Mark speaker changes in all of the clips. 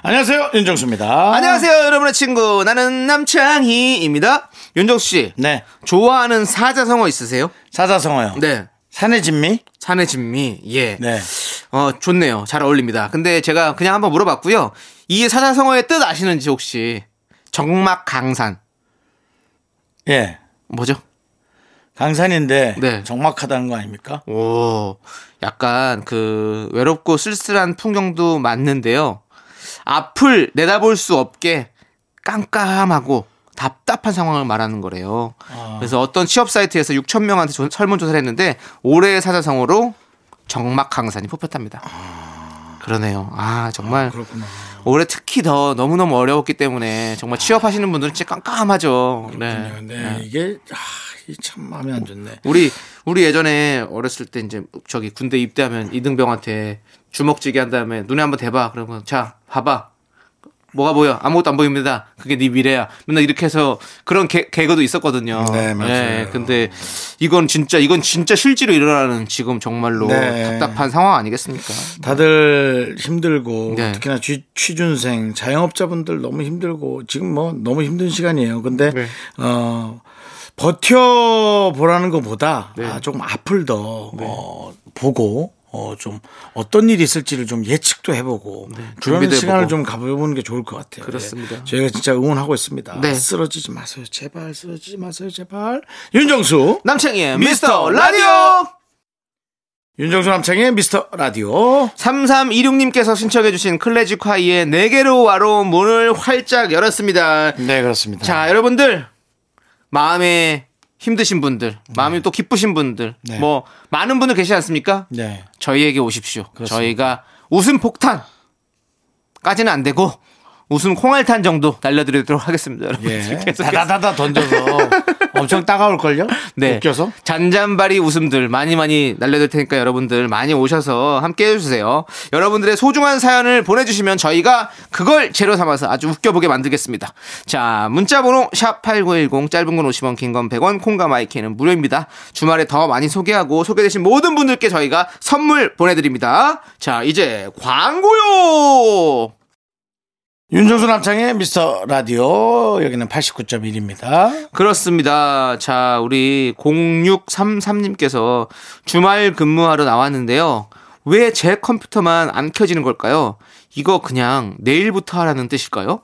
Speaker 1: 안녕하세요 윤정수입니다.
Speaker 2: 안녕하세요, 여러분의 친구. 나는 남창희입니다. 윤정수 씨.
Speaker 1: 네
Speaker 2: 좋아하는 사자성어 있으세요?
Speaker 1: 사자성어요.
Speaker 2: 네.
Speaker 1: 산의 진미.
Speaker 2: 산의 진미. 예.
Speaker 1: 네.
Speaker 2: 어, 좋네요. 잘 어울립니다. 근데 제가 그냥 한번 물어봤고요. 이 사자성어의 뜻 아시는지 혹시? 정막 강산.
Speaker 1: 예.
Speaker 2: 뭐죠?
Speaker 1: 강산인데
Speaker 2: 네.
Speaker 1: 정막하다는 거 아닙니까?
Speaker 2: 오, 약간 그 외롭고 쓸쓸한 풍경도 맞는데요. 앞을 내다볼 수 없게 깜깜하고 답답한 상황을 말하는 거래요. 그래서 어떤 취업 사이트에서 6천 명한테 조- 설문조사를 했는데 올해의 사자성어로 정막강산이 뽑혔답니다. 그러네요. 아 정말 올해 특히 더 너무너무 어려웠기 때문에 정말 취업하시는 분들은 진짜 깜깜하죠. 네.
Speaker 1: 네, 이게 아, 이참 마음에 안 좋네.
Speaker 2: 우리 우리 예전에 어렸을 때 이제 저기 군대 입대하면 이등병한테 주먹지게 한 다음에 눈에 한번 대봐 그러면 자 봐봐 뭐가 보여 아무것도 안 보입니다 그게 네 미래야 맨날 이렇게 해서 그런 개, 개그도 있었거든요 예,
Speaker 1: 네, 맞아요.
Speaker 2: 근데 이건 진짜 이건 진짜 실제로 일어나는 지금 정말로
Speaker 1: 네.
Speaker 2: 답답한 상황 아니겠습니까
Speaker 1: 다들 힘들고
Speaker 2: 네.
Speaker 1: 특히나 취, 취준생 자영업자분들 너무 힘들고 지금 뭐 너무 힘든 시간이에요. 근데
Speaker 2: 네.
Speaker 1: 어 버텨 보라는 것보다
Speaker 2: 네.
Speaker 1: 아, 조금 앞을 더 어, 보고 어, 좀 어떤 일이 있을지를 좀 예측도 해보고 그런
Speaker 2: 네. 준비도
Speaker 1: 시간을
Speaker 2: 해보고.
Speaker 1: 좀 가보는 게 좋을 것 같아요.
Speaker 2: 그렇습니다.
Speaker 1: 예. 저희가 진짜 응원하고 있습니다.
Speaker 2: 네.
Speaker 1: 쓰러지지 마세요, 제발 쓰러지지 마세요, 제발. 윤정수,
Speaker 2: 남창희의 미스터 라디오
Speaker 1: 윤정수 남창의 미스터 라디오.
Speaker 2: 3326님께서 신청해주신 클래식화이의 네개로 와로 문을 활짝 열었습니다
Speaker 1: 네 그렇습니다.
Speaker 2: 자, 여러분들 마음에 힘드신 분들, 마음이 또 기쁘신 분들,
Speaker 1: 네.
Speaker 2: 뭐 많은 분들 계시지 않습니까?
Speaker 1: 네.
Speaker 2: 저희에게 오십시오.
Speaker 1: 그렇습니다.
Speaker 2: 저희가 웃음 폭탄까지는 안 되고 웃음 콩알탄 정도 날려드리도록 하겠습니다. 여러분. 어.
Speaker 1: 예. 다다다다 던져서 엄청 따가울걸요?
Speaker 2: 네.
Speaker 1: 웃겨서?
Speaker 2: 잔잔바리 웃음들 많이 많이 날려드릴 테니까 여러분들 많이 오셔서 함께 해주세요. 여러분들의 소중한 사연을 보내주시면 저희가 그걸 재료 삼아서 아주 웃겨보게 만들겠습니다. 자, 문자번호 샵8910 짧은 건 50원, 긴 건 100원, 콩과 마이키는 무료입니다. 주말에 더 많이 소개하고 소개되신 모든 분들께 저희가 선물 보내드립니다. 자, 이제 광고요!
Speaker 1: 윤정수 남창의 미스터 라디오 여기는 89.1입니다.
Speaker 2: 그렇습니다. 자, 우리 0633님께서 주말 근무하러 나왔는데요. 왜 제 컴퓨터만 안 켜지는 걸까요? 이거 그냥 내일부터 하라는 뜻일까요?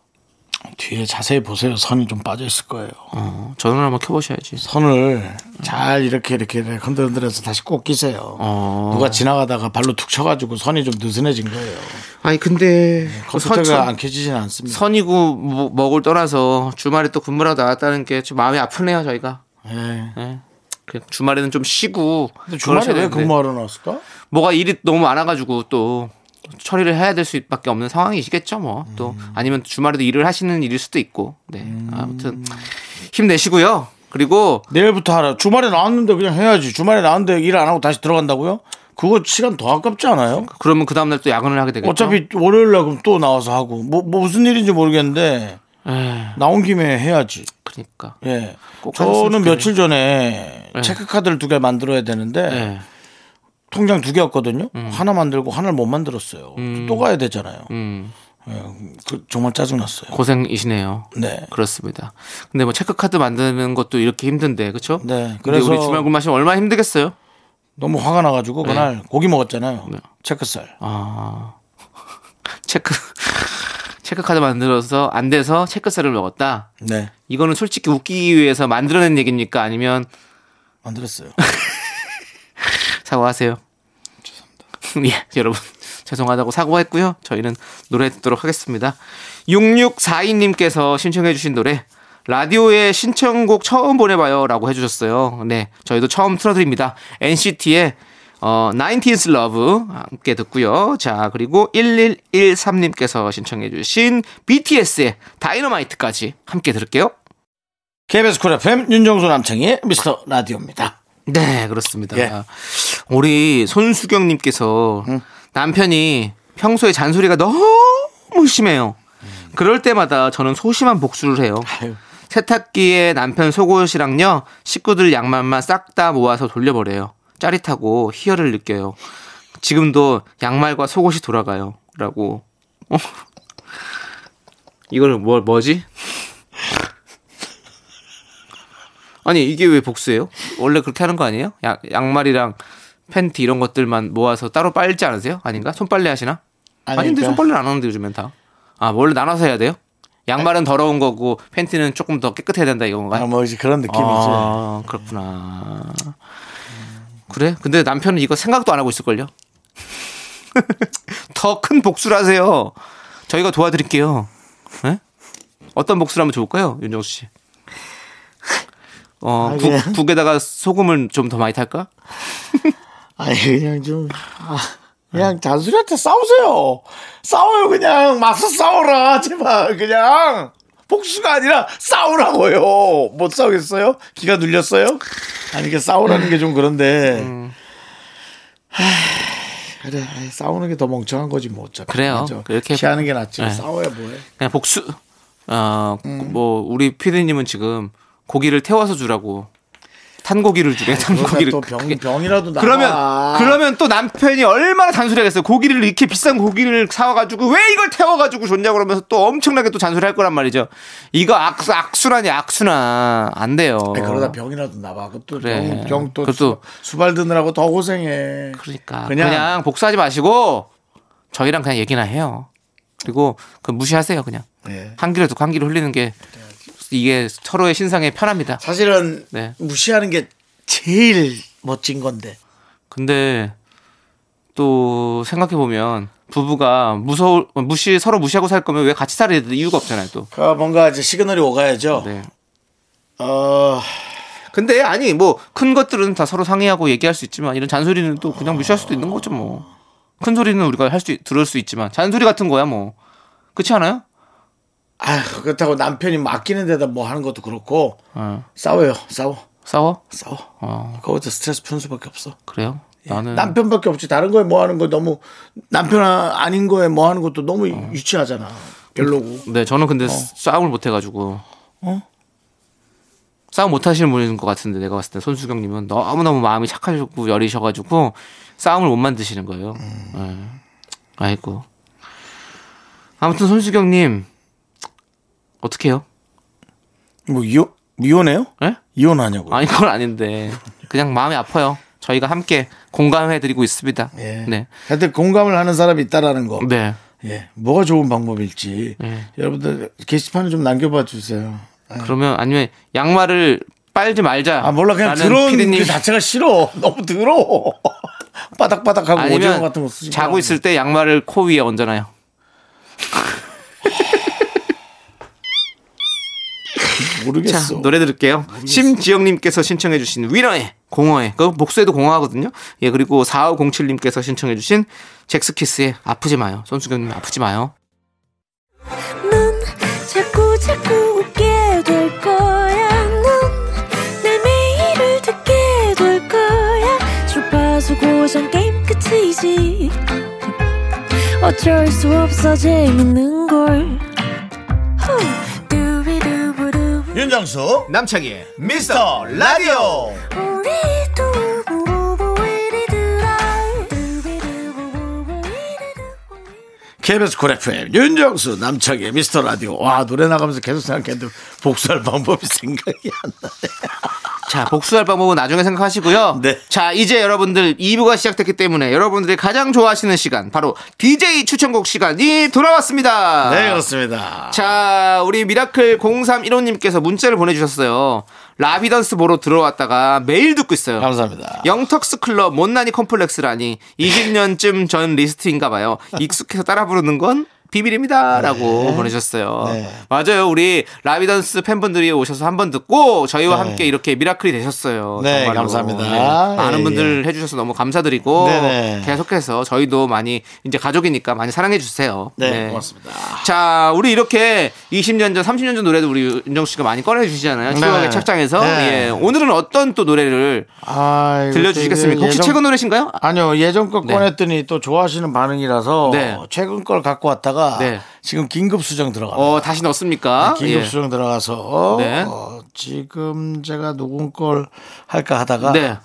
Speaker 1: 뒤에 자세히 보세요. 선이 좀 빠져 있을 거예요.
Speaker 2: 어, 전원 한번 켜보셔야지.
Speaker 1: 선을 잘 이렇게 이렇게 흔들흔들해서 다시 꼭 끼세요.
Speaker 2: 어.
Speaker 1: 누가 지나가다가 발로 툭 쳐가지고 선이 좀 느슨해진 거예요.
Speaker 2: 아니, 근데.
Speaker 1: 컴퓨터가 안 켜지진 않습니다.
Speaker 2: 네, 선이고 뭐- 먹을 떠나서 주말에 또 근무하러 나왔다는 게 좀 마음이 아프네요, 저희가.
Speaker 1: 예.
Speaker 2: 예. 그 주말에는 좀 쉬고.
Speaker 1: 근데 주말에
Speaker 2: 그러셔야
Speaker 1: 왜
Speaker 2: 되는데.
Speaker 1: 근무하러 나왔을까?
Speaker 2: 뭐가 일이 너무 많아가지고 또 처리를 해야 될 수밖에 없는 상황이시겠죠 뭐 또
Speaker 1: 음.
Speaker 2: 아니면 주말에도 일을 하시는 일일 수도 있고 네 아무튼 힘내시고요 그리고
Speaker 1: 내일부터 하라. 주말에 나왔는데 그냥 해야지. 주말에 나왔는데 일 안 하고 다시 들어간다고요? 그거 시간 더 아깝지 않아요?
Speaker 2: 그러면 그 다음날 또 야근을 하게 되겠죠
Speaker 1: 어차피 월요일 날 그럼 또 나와서 하고 뭐, 뭐 무슨 일인지 모르겠는데
Speaker 2: 에휴,
Speaker 1: 나온 김에 해야지.
Speaker 2: 예, 그러니까
Speaker 1: 예.
Speaker 2: 꼭
Speaker 1: 저는
Speaker 2: 하셨으면
Speaker 1: 며칠 전에
Speaker 2: 네.
Speaker 1: 체크카드를 두 개 만들어야 되는데
Speaker 2: 네.
Speaker 1: 통장 두 개였거든요. 하나 만들고 하나를 못 만들었어요. 또 가야 되잖아요.
Speaker 2: 음
Speaker 1: 그 정말 짜증났어요.
Speaker 2: 고생이시네요
Speaker 1: 네.
Speaker 2: 그렇습니다 근데 뭐 체크카드 만드는 것도 이렇게 힘든데 그렇죠
Speaker 1: 네.
Speaker 2: 그래서
Speaker 1: 그래서
Speaker 2: 우리 주말 근무하시면 얼마나 힘들겠어요
Speaker 1: 너무 화가 나가지고
Speaker 2: 네.
Speaker 1: 그날 고기 먹었잖아요. 체크살.
Speaker 2: 아 체크 체크카드 만들어서 안 돼서 체크세를 먹었다
Speaker 1: 네.
Speaker 2: 이거는 솔직히 웃기기 위해서 만들어낸 얘기입니까? 아니면
Speaker 1: 만들었어요.
Speaker 2: 사과하세요? 죄송합니다. 예, 여러분. 죄송하다고 사과했고요. 저희는 노래 듣도록 하겠습니다. 6642님께서 신청해주신 노래, 라디오에 신청곡 처음 보내봐요 라고 해주셨어요. 네, 저희도 처음 틀어드립니다. NCT의 어, 90s Love 함께 듣고요. 자, 그리고 1113님께서 신청해 주신 BTS의 다이너마이트까지 함께 들을게요.
Speaker 1: KBS 쿨 FM 윤정수 남창희의 미스터 라디오입니다.
Speaker 2: 네, 그렇습니다.
Speaker 1: 예. 음.
Speaker 2: 우리 손수경님께서 남편이 평소에 잔소리가 너무 심해요. 그럴 때마다 저는 소심한 복수를 해요.
Speaker 1: 아유.
Speaker 2: 세탁기에 남편 속옷이랑요, 식구들 양말만 싹 다 모아서 돌려버려요. 짜릿하고 희열을 느껴요. 지금도 양말과 속옷이 돌아가요. 라고. 어? 이거는 뭐, 뭐지? 아니 이게 왜 복수예요? 원래 그렇게 하는 거 아니에요? 야- 양말이랑 팬티 이런 것들만 모아서 따로 빨지 않으세요? 아닌가? 손빨래 하시나?
Speaker 1: 아니,
Speaker 2: 아닌데
Speaker 1: 그러니까-
Speaker 2: 손빨래 안 하는데 요즘엔 다. 아 원래 나눠서 해야 돼요? 양말은 더러운 거고 팬티는 조금 더 깨끗해야 된다
Speaker 1: 아,
Speaker 2: 이건가?
Speaker 1: 뭐 이제 그런 느낌이죠.
Speaker 2: 아 그렇구나. 그래? 근데 남편은 이거 생각도 안 하고 있을걸요? 더 큰 복수를 하세요. 저희가 도와드릴게요. 네? 어떤 복수를 하면 좋을까요, 윤정수 씨? 어,
Speaker 1: 아,
Speaker 2: 국,
Speaker 1: 예.
Speaker 2: 국에다가 소금을 좀 더 많이 탈까?
Speaker 1: 아니 그냥 좀 아, 그냥 잔소리한테 싸우세요. 싸워요 그냥 맞서 싸워라 제발 그냥 복수가 아니라 싸우라고요. 못 싸우겠어요? 기가 눌렸어요? 아니 이게 싸우라는 게 좀 그런데. 하, 그래 아이, 싸우는 게 더 멍청한 거지 뭐 어차피
Speaker 2: 그래요.
Speaker 1: 맞아.
Speaker 2: 그렇게
Speaker 1: 피하는 게 낫지
Speaker 2: 네.
Speaker 1: 싸워야 뭐해
Speaker 2: 그냥 복수. 어,
Speaker 1: 음.
Speaker 2: 뭐, 우리 피디님은 지금 고기를 태워서 주라고. 탄 고기를 주래, 탄 고기를.
Speaker 1: 또 병, 병이라도 나
Speaker 2: 그러면, 그러면 또 남편이 얼마나 잔소리하겠어요. 고기를 이렇게 비싼 고기를 사와가지고 왜 이걸 태워가지고 줬냐고 그러면서 또 엄청나게 또 잔소리 할 거란 말이죠. 이거 악수, 악순환이 악순환. 안 돼요.
Speaker 1: 네, 그러다 병이라도 나봐 그것도
Speaker 2: 어. 그래.
Speaker 1: 병또
Speaker 2: 그것도-
Speaker 1: 수발 드느라고 더 고생해
Speaker 2: 그러니까
Speaker 1: 그냥-
Speaker 2: 그냥, 복수하지 마시고 저희랑 그냥 얘기나 해요. 그리고 그 무시하세요 그냥 그
Speaker 1: 예.
Speaker 2: 한기를 두고 한기를 흘리는 게 이게 서로의 신상에 편합니다.
Speaker 1: 사실은
Speaker 2: 네.
Speaker 1: 무시하는 게 제일 멋진 건데.
Speaker 2: 근데 또 생각해 보면 부부가 무서 무시 서로 무시하고 살 거면 왜 같이 살아야 될 이유가 없잖아요 또.
Speaker 1: 그 뭔가 이제 시그널이 오가야죠.
Speaker 2: 네.
Speaker 1: 어,
Speaker 2: 근데 아니 뭐 큰 것들은 다 서로 상의하고 얘기할 수 있지만 이런 잔소리는 또 그냥 무시할 수도 있는 거죠 뭐. 큰 소리는 우리가 할 수 들을 수 있지만 잔소리 같은 거야 뭐. 그렇지 않아요?
Speaker 1: 아휴, 그렇다고 남편이 맡기는 데다 뭐 하는 것도 그렇고
Speaker 2: 어.
Speaker 1: 싸워요, 싸워,
Speaker 2: 싸워?
Speaker 1: 싸워.
Speaker 2: 어.
Speaker 1: 그거부터 스트레스 푸는 수밖에 없어.
Speaker 2: 그래요? 나는
Speaker 1: 예, 남편밖에 없지. 다른 거에 뭐 하는 거 너무 남편 아- 아닌 거에 뭐 하는 것도 너무 유치하잖아. 별로고.
Speaker 2: 네 저는 근데 싸움을 못 해가지고
Speaker 1: 어?
Speaker 2: 싸움 못 하시는 분인 것 같은데 내가 봤을 때 손수경님은 너무 너무 마음이 착하시고 열이셔가지고 싸움을 못 만드시는 거예요.
Speaker 1: 음.
Speaker 2: 네. 아이고 아무튼 손수경님 어떻게 해요?
Speaker 1: 뭐 이혼 이혼해요?
Speaker 2: 예?
Speaker 1: 이혼하냐고. 요
Speaker 2: 아니 그건 아닌데 그냥 마음이 아파요. 저희가 함께 공감해드리고 있습니다.
Speaker 1: 예.
Speaker 2: 네.
Speaker 1: 하여튼 공감을 하는 사람이 있다라는 거.
Speaker 2: 네.
Speaker 1: 예. 뭐가 좋은 방법일지
Speaker 2: 예.
Speaker 1: 여러분들 게시판을 좀 남겨봐 주세요.
Speaker 2: 그러면 아니면 양말을 빨지 말자.
Speaker 1: 아 몰라 그냥
Speaker 2: 라는
Speaker 1: 들어온
Speaker 2: 피디님.
Speaker 1: 그 자체가 싫어 너무 더러워 바닥바닥하고 오징어
Speaker 2: 아니면
Speaker 1: 같은 거 쓰지
Speaker 2: 자고
Speaker 1: 말라고.
Speaker 2: 있을 때 양말을 코 위에 얹어놔요. 자,
Speaker 1: 모르겠어 아,
Speaker 2: 노래 들을게요. 심지영님께서 신청해주신 위너의 공허의 그 목소리도 공허하거든요. 예 그리고 4507님께서 신청해주신 잭스키스의 아프지 마요. 손수경님 아프지 마요.
Speaker 3: 넌 자꾸 자꾸 웃게 될 거야. 넌내 매일을 듣게 될 거야. 주파수 고정 게임 끝이지. 어쩔 수 없어 재밌는 걸. 후. 두비두부두.
Speaker 1: 윤정수
Speaker 2: 남창희의
Speaker 1: 미스터 라디오
Speaker 3: 우리 두부부부 우리 두라. 두비두부부부 우리 두부부.
Speaker 1: KBS 쿨 FM 윤정수 남창의 미스터 라디오 와 노래 나가면서 계속 생각했는데 복수할 방법이 생각이 안
Speaker 2: 자 복수할 방법은 나중에 생각하시고요.
Speaker 1: 네.
Speaker 2: 자 이제 여러분들 2부가 시작됐기 때문에 여러분들이 가장 좋아하시는 시간 바로 DJ 추천곡 시간이 돌아왔습니다.
Speaker 1: 나네 그렇습니다
Speaker 2: 자, 우리 미라클 0315님께서 문자를 보내주셨어요. 라비던스 보러 들어왔다가 매일 듣고 있어요.
Speaker 1: 감사합니다
Speaker 2: 영턱스 클럽 못난이 컴플렉스라니 20년쯤 전 리스트인가 봐요. 익숙해서 따라 부르는 건 비밀입니다라고 보내셨어요.
Speaker 1: 네.
Speaker 2: 맞아요. 우리 라비던스 팬분들이 오셔서 한 번 듣고 저희와 함께 이렇게 미라클이 되셨어요.
Speaker 1: 네,
Speaker 2: 정말로.
Speaker 1: 감사합니다.
Speaker 2: 많은
Speaker 1: 예,
Speaker 2: 분들 해주셔서 너무 감사드리고
Speaker 1: 네네.
Speaker 2: 계속해서 저희도 많이 이제 가족이니까 많이 사랑해 주세요.
Speaker 1: 네, 고맙습니다.
Speaker 2: 자, 우리 이렇게 20년 전, 30년 전 노래도 우리 윤정 씨가 많이 꺼내 주시잖아요.
Speaker 1: 네.
Speaker 2: 추억의 착장에서.
Speaker 1: 네.
Speaker 2: 예. 오늘은 어떤 또 노래를
Speaker 1: 아, 이거
Speaker 2: 들려주시겠습니까?
Speaker 1: 또 이게
Speaker 2: 혹시
Speaker 1: 예전-
Speaker 2: 최근 노래신가요? 아,
Speaker 1: 아니요 예전 거
Speaker 2: 네.
Speaker 1: 꺼냈더니 또 좋아하시는 반응이라서
Speaker 2: 네.
Speaker 1: 최근 걸 갖고 왔다가
Speaker 2: 네.
Speaker 1: 지금 긴급 수정 들어갑니다.
Speaker 2: 어, 다시 넣습니까?
Speaker 1: 긴급
Speaker 2: 예.
Speaker 1: 수정 들어가서
Speaker 2: 네.
Speaker 1: 어, 지금 제가 누군 걸 할까 하다가
Speaker 2: 네.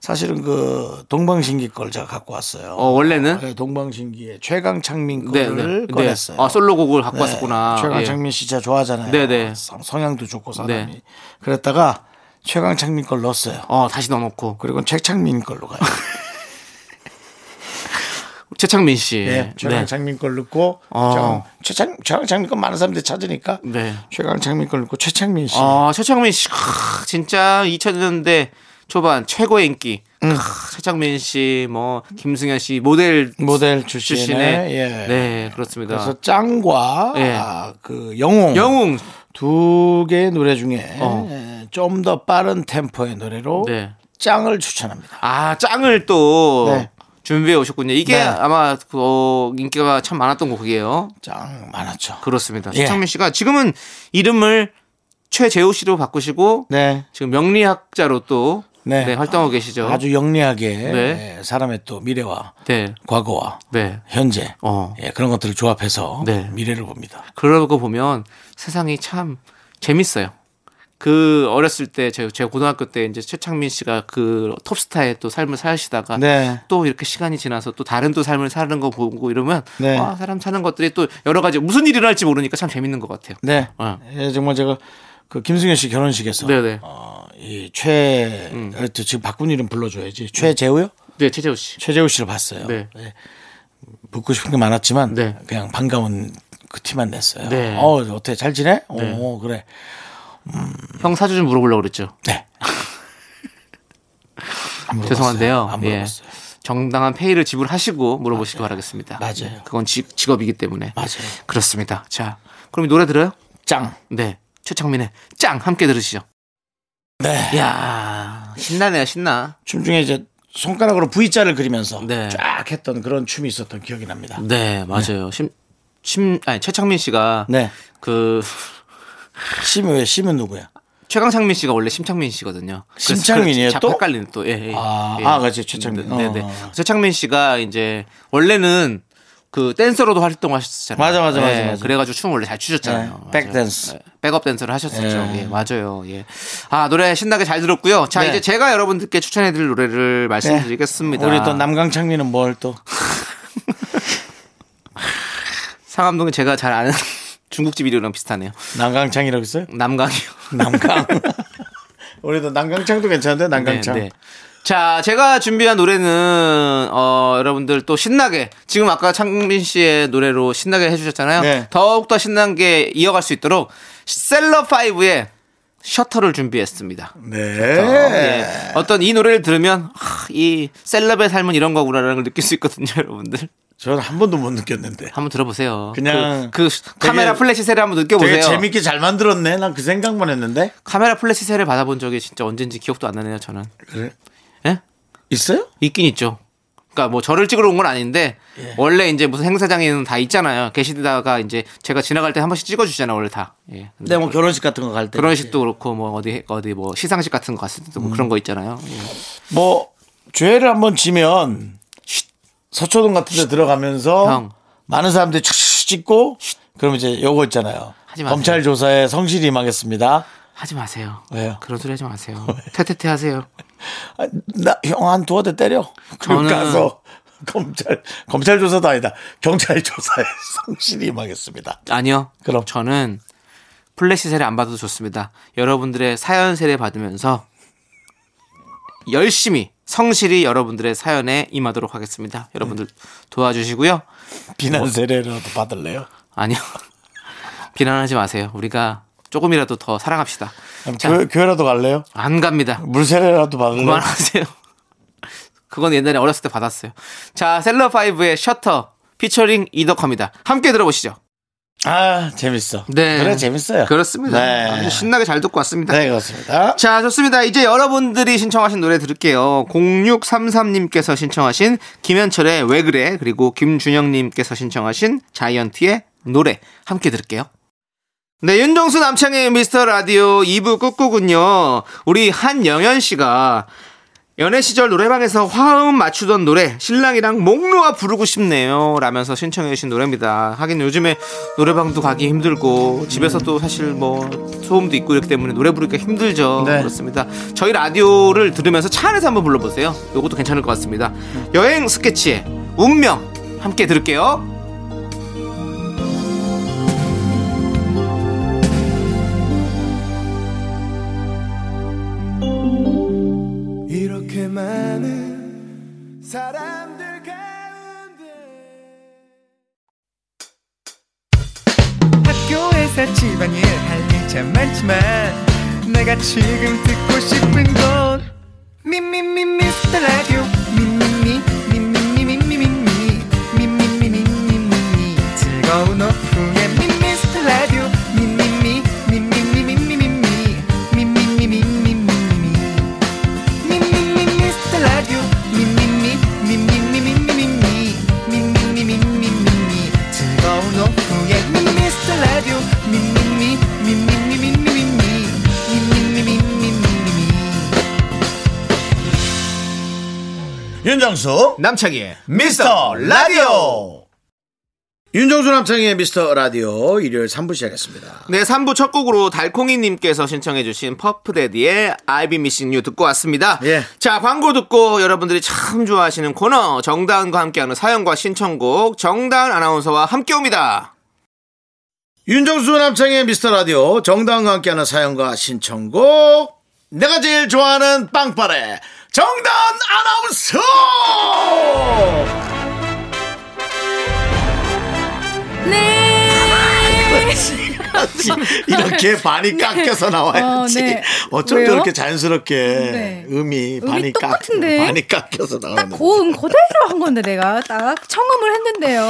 Speaker 1: 사실은 그 동방신기 걸 제가 갖고 왔어요.
Speaker 2: 어, 원래는
Speaker 1: 네, 동방신기의 최강창민
Speaker 2: 네,
Speaker 1: 거를
Speaker 2: 네.
Speaker 1: 꺼냈어요.
Speaker 2: 네. 아, 솔로곡을 갖고
Speaker 1: 네,
Speaker 2: 왔었구나. 예.
Speaker 1: 최강창민 씨 진짜 좋아하잖아요.
Speaker 2: 네, 네.
Speaker 1: 성- 성향도 좋고 사람이.
Speaker 2: 네.
Speaker 1: 그랬다가 최강창민 걸 넣었어요.
Speaker 2: 어, 다시 넣어 놓고.
Speaker 1: 그리고 최창민 걸로 가요.
Speaker 2: 최창민 씨.
Speaker 1: 네, 최강창민 걸 넣고
Speaker 2: 예. 어.
Speaker 1: 최강- 최창 최강창민 걸 많은 사람들이 찾으니까
Speaker 2: 네.
Speaker 1: 최강창민 걸 넣고 최창민 씨.
Speaker 2: 아, 최창민 씨, 크, 진짜 2000년대 초반 최고의 인기.
Speaker 1: 음.
Speaker 2: 크, 최창민 씨, 뭐 김승현 씨 모델
Speaker 1: 모델 출신의, 예.
Speaker 2: 네 그렇습니다.
Speaker 1: 그래서 짱과
Speaker 2: 예.
Speaker 1: 아, 그 영웅,
Speaker 2: 영웅,
Speaker 1: 두 개의 노래 중에
Speaker 2: 어.
Speaker 1: 좀 더 빠른 템포의 노래로
Speaker 2: 네.
Speaker 1: 짱을 추천합니다.
Speaker 2: 아 짱을 또
Speaker 1: 네.
Speaker 2: 준비해 오셨군요. 이게
Speaker 1: 네.
Speaker 2: 아마 그, 어, 인기가 참 많았던 곡이에요.
Speaker 1: 짱 많았죠.
Speaker 2: 그렇습니다.
Speaker 1: 예.
Speaker 2: 최창민 씨가 지금은 이름을 최재호 씨로 바꾸시고
Speaker 1: 네.
Speaker 2: 지금 명리학자로 또
Speaker 1: 네.
Speaker 2: 네, 활동하고 계시죠.
Speaker 1: 아주 영리하게
Speaker 2: 네.
Speaker 1: 예, 사람의 또 미래와
Speaker 2: 네,
Speaker 1: 과거와
Speaker 2: 네.
Speaker 1: 현재
Speaker 2: 어.
Speaker 1: 예, 그런 것들을 조합해서
Speaker 2: 네.
Speaker 1: 미래를 봅니다.
Speaker 2: 그러고 보면 세상이 참 재밌어요. 그 어렸을 때 제가 제가 고등학교 때 이제 최창민 씨가 그 톱스타의 또 삶을 사시다가
Speaker 1: 네.
Speaker 2: 또 이렇게 시간이 지나서 또 다른 또 삶을 사는 거 보고 이러면
Speaker 1: 네.
Speaker 2: 아, 사람 사는 것들이 또 여러 가지 무슨 일이 일어날지 모르니까 참 재밌는 것 같아요.
Speaker 1: 네.
Speaker 2: 어.
Speaker 1: 예, 정말 제가 그 김승현 씨 결혼식에서
Speaker 2: 네네. 음.
Speaker 1: 어, 이최 어, 지금 바꾼 이름 불러줘야지 최재우요?
Speaker 2: 네 최재호 씨.
Speaker 1: 최재우 씨를 봤어요.
Speaker 2: 네.
Speaker 1: 예. 묻고 싶은 게 많았지만
Speaker 2: 네.
Speaker 1: 그냥 반가운 그 티만 냈어요.
Speaker 2: 네.
Speaker 1: 어 어때 잘 지내? 어 그래.
Speaker 2: 형 사주 좀 물어보려고 그랬죠.
Speaker 1: 네. 안 물어봤어요.
Speaker 2: 죄송한데요.
Speaker 1: 안
Speaker 2: 예.
Speaker 1: 물어봤어요.
Speaker 2: 정당한 페이를 지불하시고 물어보시기 바라겠습니다.
Speaker 1: 아, 네.
Speaker 2: 네.
Speaker 1: 맞아요.
Speaker 2: 그건 지- 직업이기 때문에.
Speaker 1: 맞아요.
Speaker 2: 그렇습니다. 자, 그럼 이 노래 들어요?
Speaker 1: 짱.
Speaker 2: 네. 최창민의 짱 함께 들으시죠.
Speaker 1: 네.
Speaker 2: 야 신나네요 신나
Speaker 1: 춤 중에 이제 손가락으로 V자를 그리면서
Speaker 2: 네.
Speaker 1: 쫙 했던 그런 춤이 있었던 기억이 납니다.
Speaker 2: 네 맞아요 심, 심 아니 최창민 씨가
Speaker 1: 네.
Speaker 2: 그
Speaker 1: 심은 왜 심은 누구야?
Speaker 2: 최강창민 씨가 원래 심창민 씨거든요 그래서
Speaker 1: 심창민이에요,
Speaker 2: 그 자꾸
Speaker 1: 또?
Speaker 2: 헷갈리는 또예 예,
Speaker 1: 아,
Speaker 2: 예.
Speaker 1: 아, 그렇지, 최창민.
Speaker 2: 네네
Speaker 1: 어.
Speaker 2: 최창민 씨가 이제 원래는 그 댄서로도 활동하셨잖아요
Speaker 1: 맞아, 맞아, 맞아,
Speaker 2: 예,
Speaker 1: 맞아.
Speaker 2: 그래가지고 춤 원래 잘 추셨잖아요
Speaker 1: 네,
Speaker 2: 맞아요.
Speaker 1: 백댄스.
Speaker 2: 예, 백업 댄서를 하셨었죠
Speaker 1: 예.
Speaker 2: 예, 맞아요 예아 노래 신나게 잘 들었고요 자
Speaker 1: 네.
Speaker 2: 이제 제가 여러분들께 추천해드릴 노래를 말씀드리겠습니다
Speaker 1: 우리 또 남강창민은 뭘 또?
Speaker 2: 상암동이 제가 잘 아는 중국집 이름이랑 비슷하네요.
Speaker 1: 남강창이라고 했어요?
Speaker 2: 남강이요.
Speaker 1: 남강. 우리 또 남강창도 괜찮은데 남강창.
Speaker 2: 네, 네. 자, 제가 준비한 노래는 어, 여러분들 또 신나게 지금 아까 창민 씨의 노래로 신나게 해주셨잖아요.
Speaker 1: 네.
Speaker 2: 더욱 더 신나게 이어갈 수 있도록 셀러 5의 셔터를 준비했습니다.
Speaker 1: 네.
Speaker 2: 어, 예. 어떤 이 노래를 들으면 아, 이 셀럽의 삶은 이런 거구나라는 걸 느낄 수 있거든요, 여러분들.
Speaker 1: 저는 한 번도 못 느꼈는데.
Speaker 2: 한번 들어보세요.
Speaker 1: 그냥
Speaker 2: 그, 그 카메라 플래시 세를 한번 느껴보세요.
Speaker 1: 되게 재밌게 잘 만들었네. 난 그 생각만 했는데.
Speaker 2: 카메라 플래시 세를 받아본 적이 진짜 언젠지 기억도 안 나네요, 저는.
Speaker 1: 그래?
Speaker 2: 예?
Speaker 1: 있어요?
Speaker 2: 있긴 있죠. 그러니까 뭐 저를 찍으러 온 건 아닌데
Speaker 1: 예.
Speaker 2: 원래 이제 무슨 행사장에는 다 있잖아요. 계시다가 이제 제가 지나갈 때 한 번씩 찍어주잖아요, 원래 다. 예.
Speaker 1: 네,
Speaker 2: 근데
Speaker 1: 뭐 결혼식 같은 거 갈 때.
Speaker 2: 결혼식도 그렇고 뭐 어디 어디 뭐 시상식 같은 거 갔을
Speaker 1: 음.
Speaker 2: 때도 뭐 그런 거 있잖아요. 예.
Speaker 1: 뭐 죄를 한번 지면 서초동 같은 데 들어가면서
Speaker 2: 형.
Speaker 1: 많은 사람들이 촥 찍고 그럼 이제 요거 있잖아요.
Speaker 2: 하지 마세요.
Speaker 1: 검찰 조사에 성실히 임하겠습니다.
Speaker 2: 하지 마세요.
Speaker 1: 왜요?
Speaker 2: 그런 소리 하지 마세요. 퇴퇴퇴 하세요.
Speaker 1: 나 형 한 두어 대 때려. 그럼
Speaker 2: 저는-
Speaker 1: 가서 검찰 검찰 조사도 아니다. 경찰 조사에 성실히 임하겠습니다.
Speaker 2: 아니요.
Speaker 1: 그럼.
Speaker 2: 저는 플래시 세례 안 받아도 좋습니다. 여러분들의 사연 세례 받으면서 열심히 성실히 여러분들의 사연에 임하도록 하겠습니다. 여러분들
Speaker 1: 네.
Speaker 2: 도와주시고요.
Speaker 1: 비난 세례라도 받을래요?
Speaker 2: 아니요. 비난하지 마세요. 우리가 조금이라도 더 사랑합시다. 자,
Speaker 1: 그, 교회, 교회라도 갈래요?
Speaker 2: 안 갑니다.
Speaker 1: 물 세례라도 받을래요?
Speaker 2: 그만하세요. 그건 옛날에 어렸을 때 받았어요. 자, 셀러5의 셔터 피처링 이덕화입니다. 함께 들어보시죠.
Speaker 1: 아, 재밌어. 노래 재밌어요.
Speaker 2: 네. 그렇습니다.
Speaker 1: 네.
Speaker 2: 아주 신나게 잘 듣고 왔습니다.
Speaker 1: 네, 그렇습니다.
Speaker 2: 자, 좋습니다. 이제 여러분들이 신청하신 노래 들을게요. 0633님께서 신청하신 김현철의 왜 그래? 그리고 김준영님께서 신청하신 자이언티의 노래 함께 들을게요. 네, 윤정수 남창의 미스터 라디오 2부 끝곡은요. 우리 한영현 씨가 연애 시절 노래방에서 화음 맞추던 노래 신랑이랑 목 놓아 부르고 싶네요 라면서 신청해 주신 노래입니다 하긴 요즘에 노래방도 가기 힘들고 집에서 또 사실 뭐 소음도 있고 이렇기 때문에 노래 부르기가 힘들죠
Speaker 1: 네.
Speaker 2: 그렇습니다 저희 라디오를 들으면서 차 안에서 한번 불러보세요 요것도 괜찮을 것 같습니다 여행 스케치의 운명 함께 들을게요
Speaker 4: 학교에서 집안일 할 일 참 많지만 내가 지금 듣고 싶은 건 미미미 미스터 라디오 미미미 미미미 미미미 미미미 미미미 즐거운 오후에 미스터 라디오 미미미 미미미 미미미 미미미 미미미 미미미
Speaker 1: 윤정수
Speaker 2: 남창희의
Speaker 1: 미스터 라디오. 윤정수 남창의 미스터 라디오 일요일 3부 시작했습니다.
Speaker 2: 네, 3부 첫 곡으로 달콩이님께서 신청해주신 퍼프데디의 I'll be missing you 듣고 왔습니다.
Speaker 1: 예.
Speaker 2: 자, 광고 듣고 여러분들이 참 좋아하시는 코너, 정다은과 함께하는 사연과 신청곡, 정다은 아나운서와 함께 옵니다.
Speaker 1: 윤정수 남창의 미스터 라디오 정다은과 함께하는 사연과 신청곡 내가 제일 좋아하는 빵빠레 정다은 아나운서
Speaker 5: 네.
Speaker 1: 이렇게 반이 깎여서 나와야지
Speaker 5: 어, 네.
Speaker 1: 어쩜
Speaker 5: 왜요? 네.
Speaker 1: 저렇게 자연스럽게 음이
Speaker 5: 음이
Speaker 1: 반이 깎
Speaker 5: 똑같은데?
Speaker 1: 반이 깎여서 나오는
Speaker 5: 딱 고음 그대로 한 건데 내가 딱 청음을 했는데요.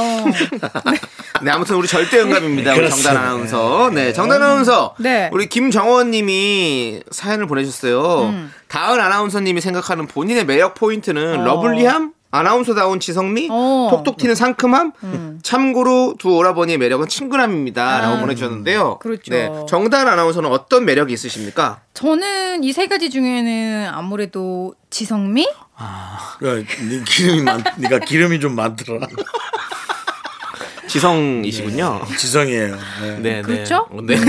Speaker 2: 네, 아무튼 우리 절대 응감입니다. 우리
Speaker 1: 그렇습니다.
Speaker 2: 정다은 아나운서. 네, 정다은 아나운서.
Speaker 5: 네.
Speaker 2: 우리 김정원님이 사연을 보내주셨어요.
Speaker 5: 음.
Speaker 2: 다은 아나운서님이 생각하는 본인의 매력 포인트는 러블리함? 아나운서다운 지성미,
Speaker 5: 어. 음.
Speaker 2: 톡톡 튀는 상큼함. 참고로 두 오라버니의 매력은 친근함입니다라고 보내주셨는데요. 네,
Speaker 5: 그렇죠.
Speaker 2: 정다은 아나운서는 어떤 매력이 있으십니까?
Speaker 5: 저는 이 세 가지 중에는 아무래도 지성미,
Speaker 1: 야, 네 기름이 많, 네가 기름이 좀 많더라.
Speaker 2: 지성이시군요.
Speaker 1: 지성이에요. 네.
Speaker 2: 네, 네.
Speaker 5: 그렇죠?
Speaker 2: 네.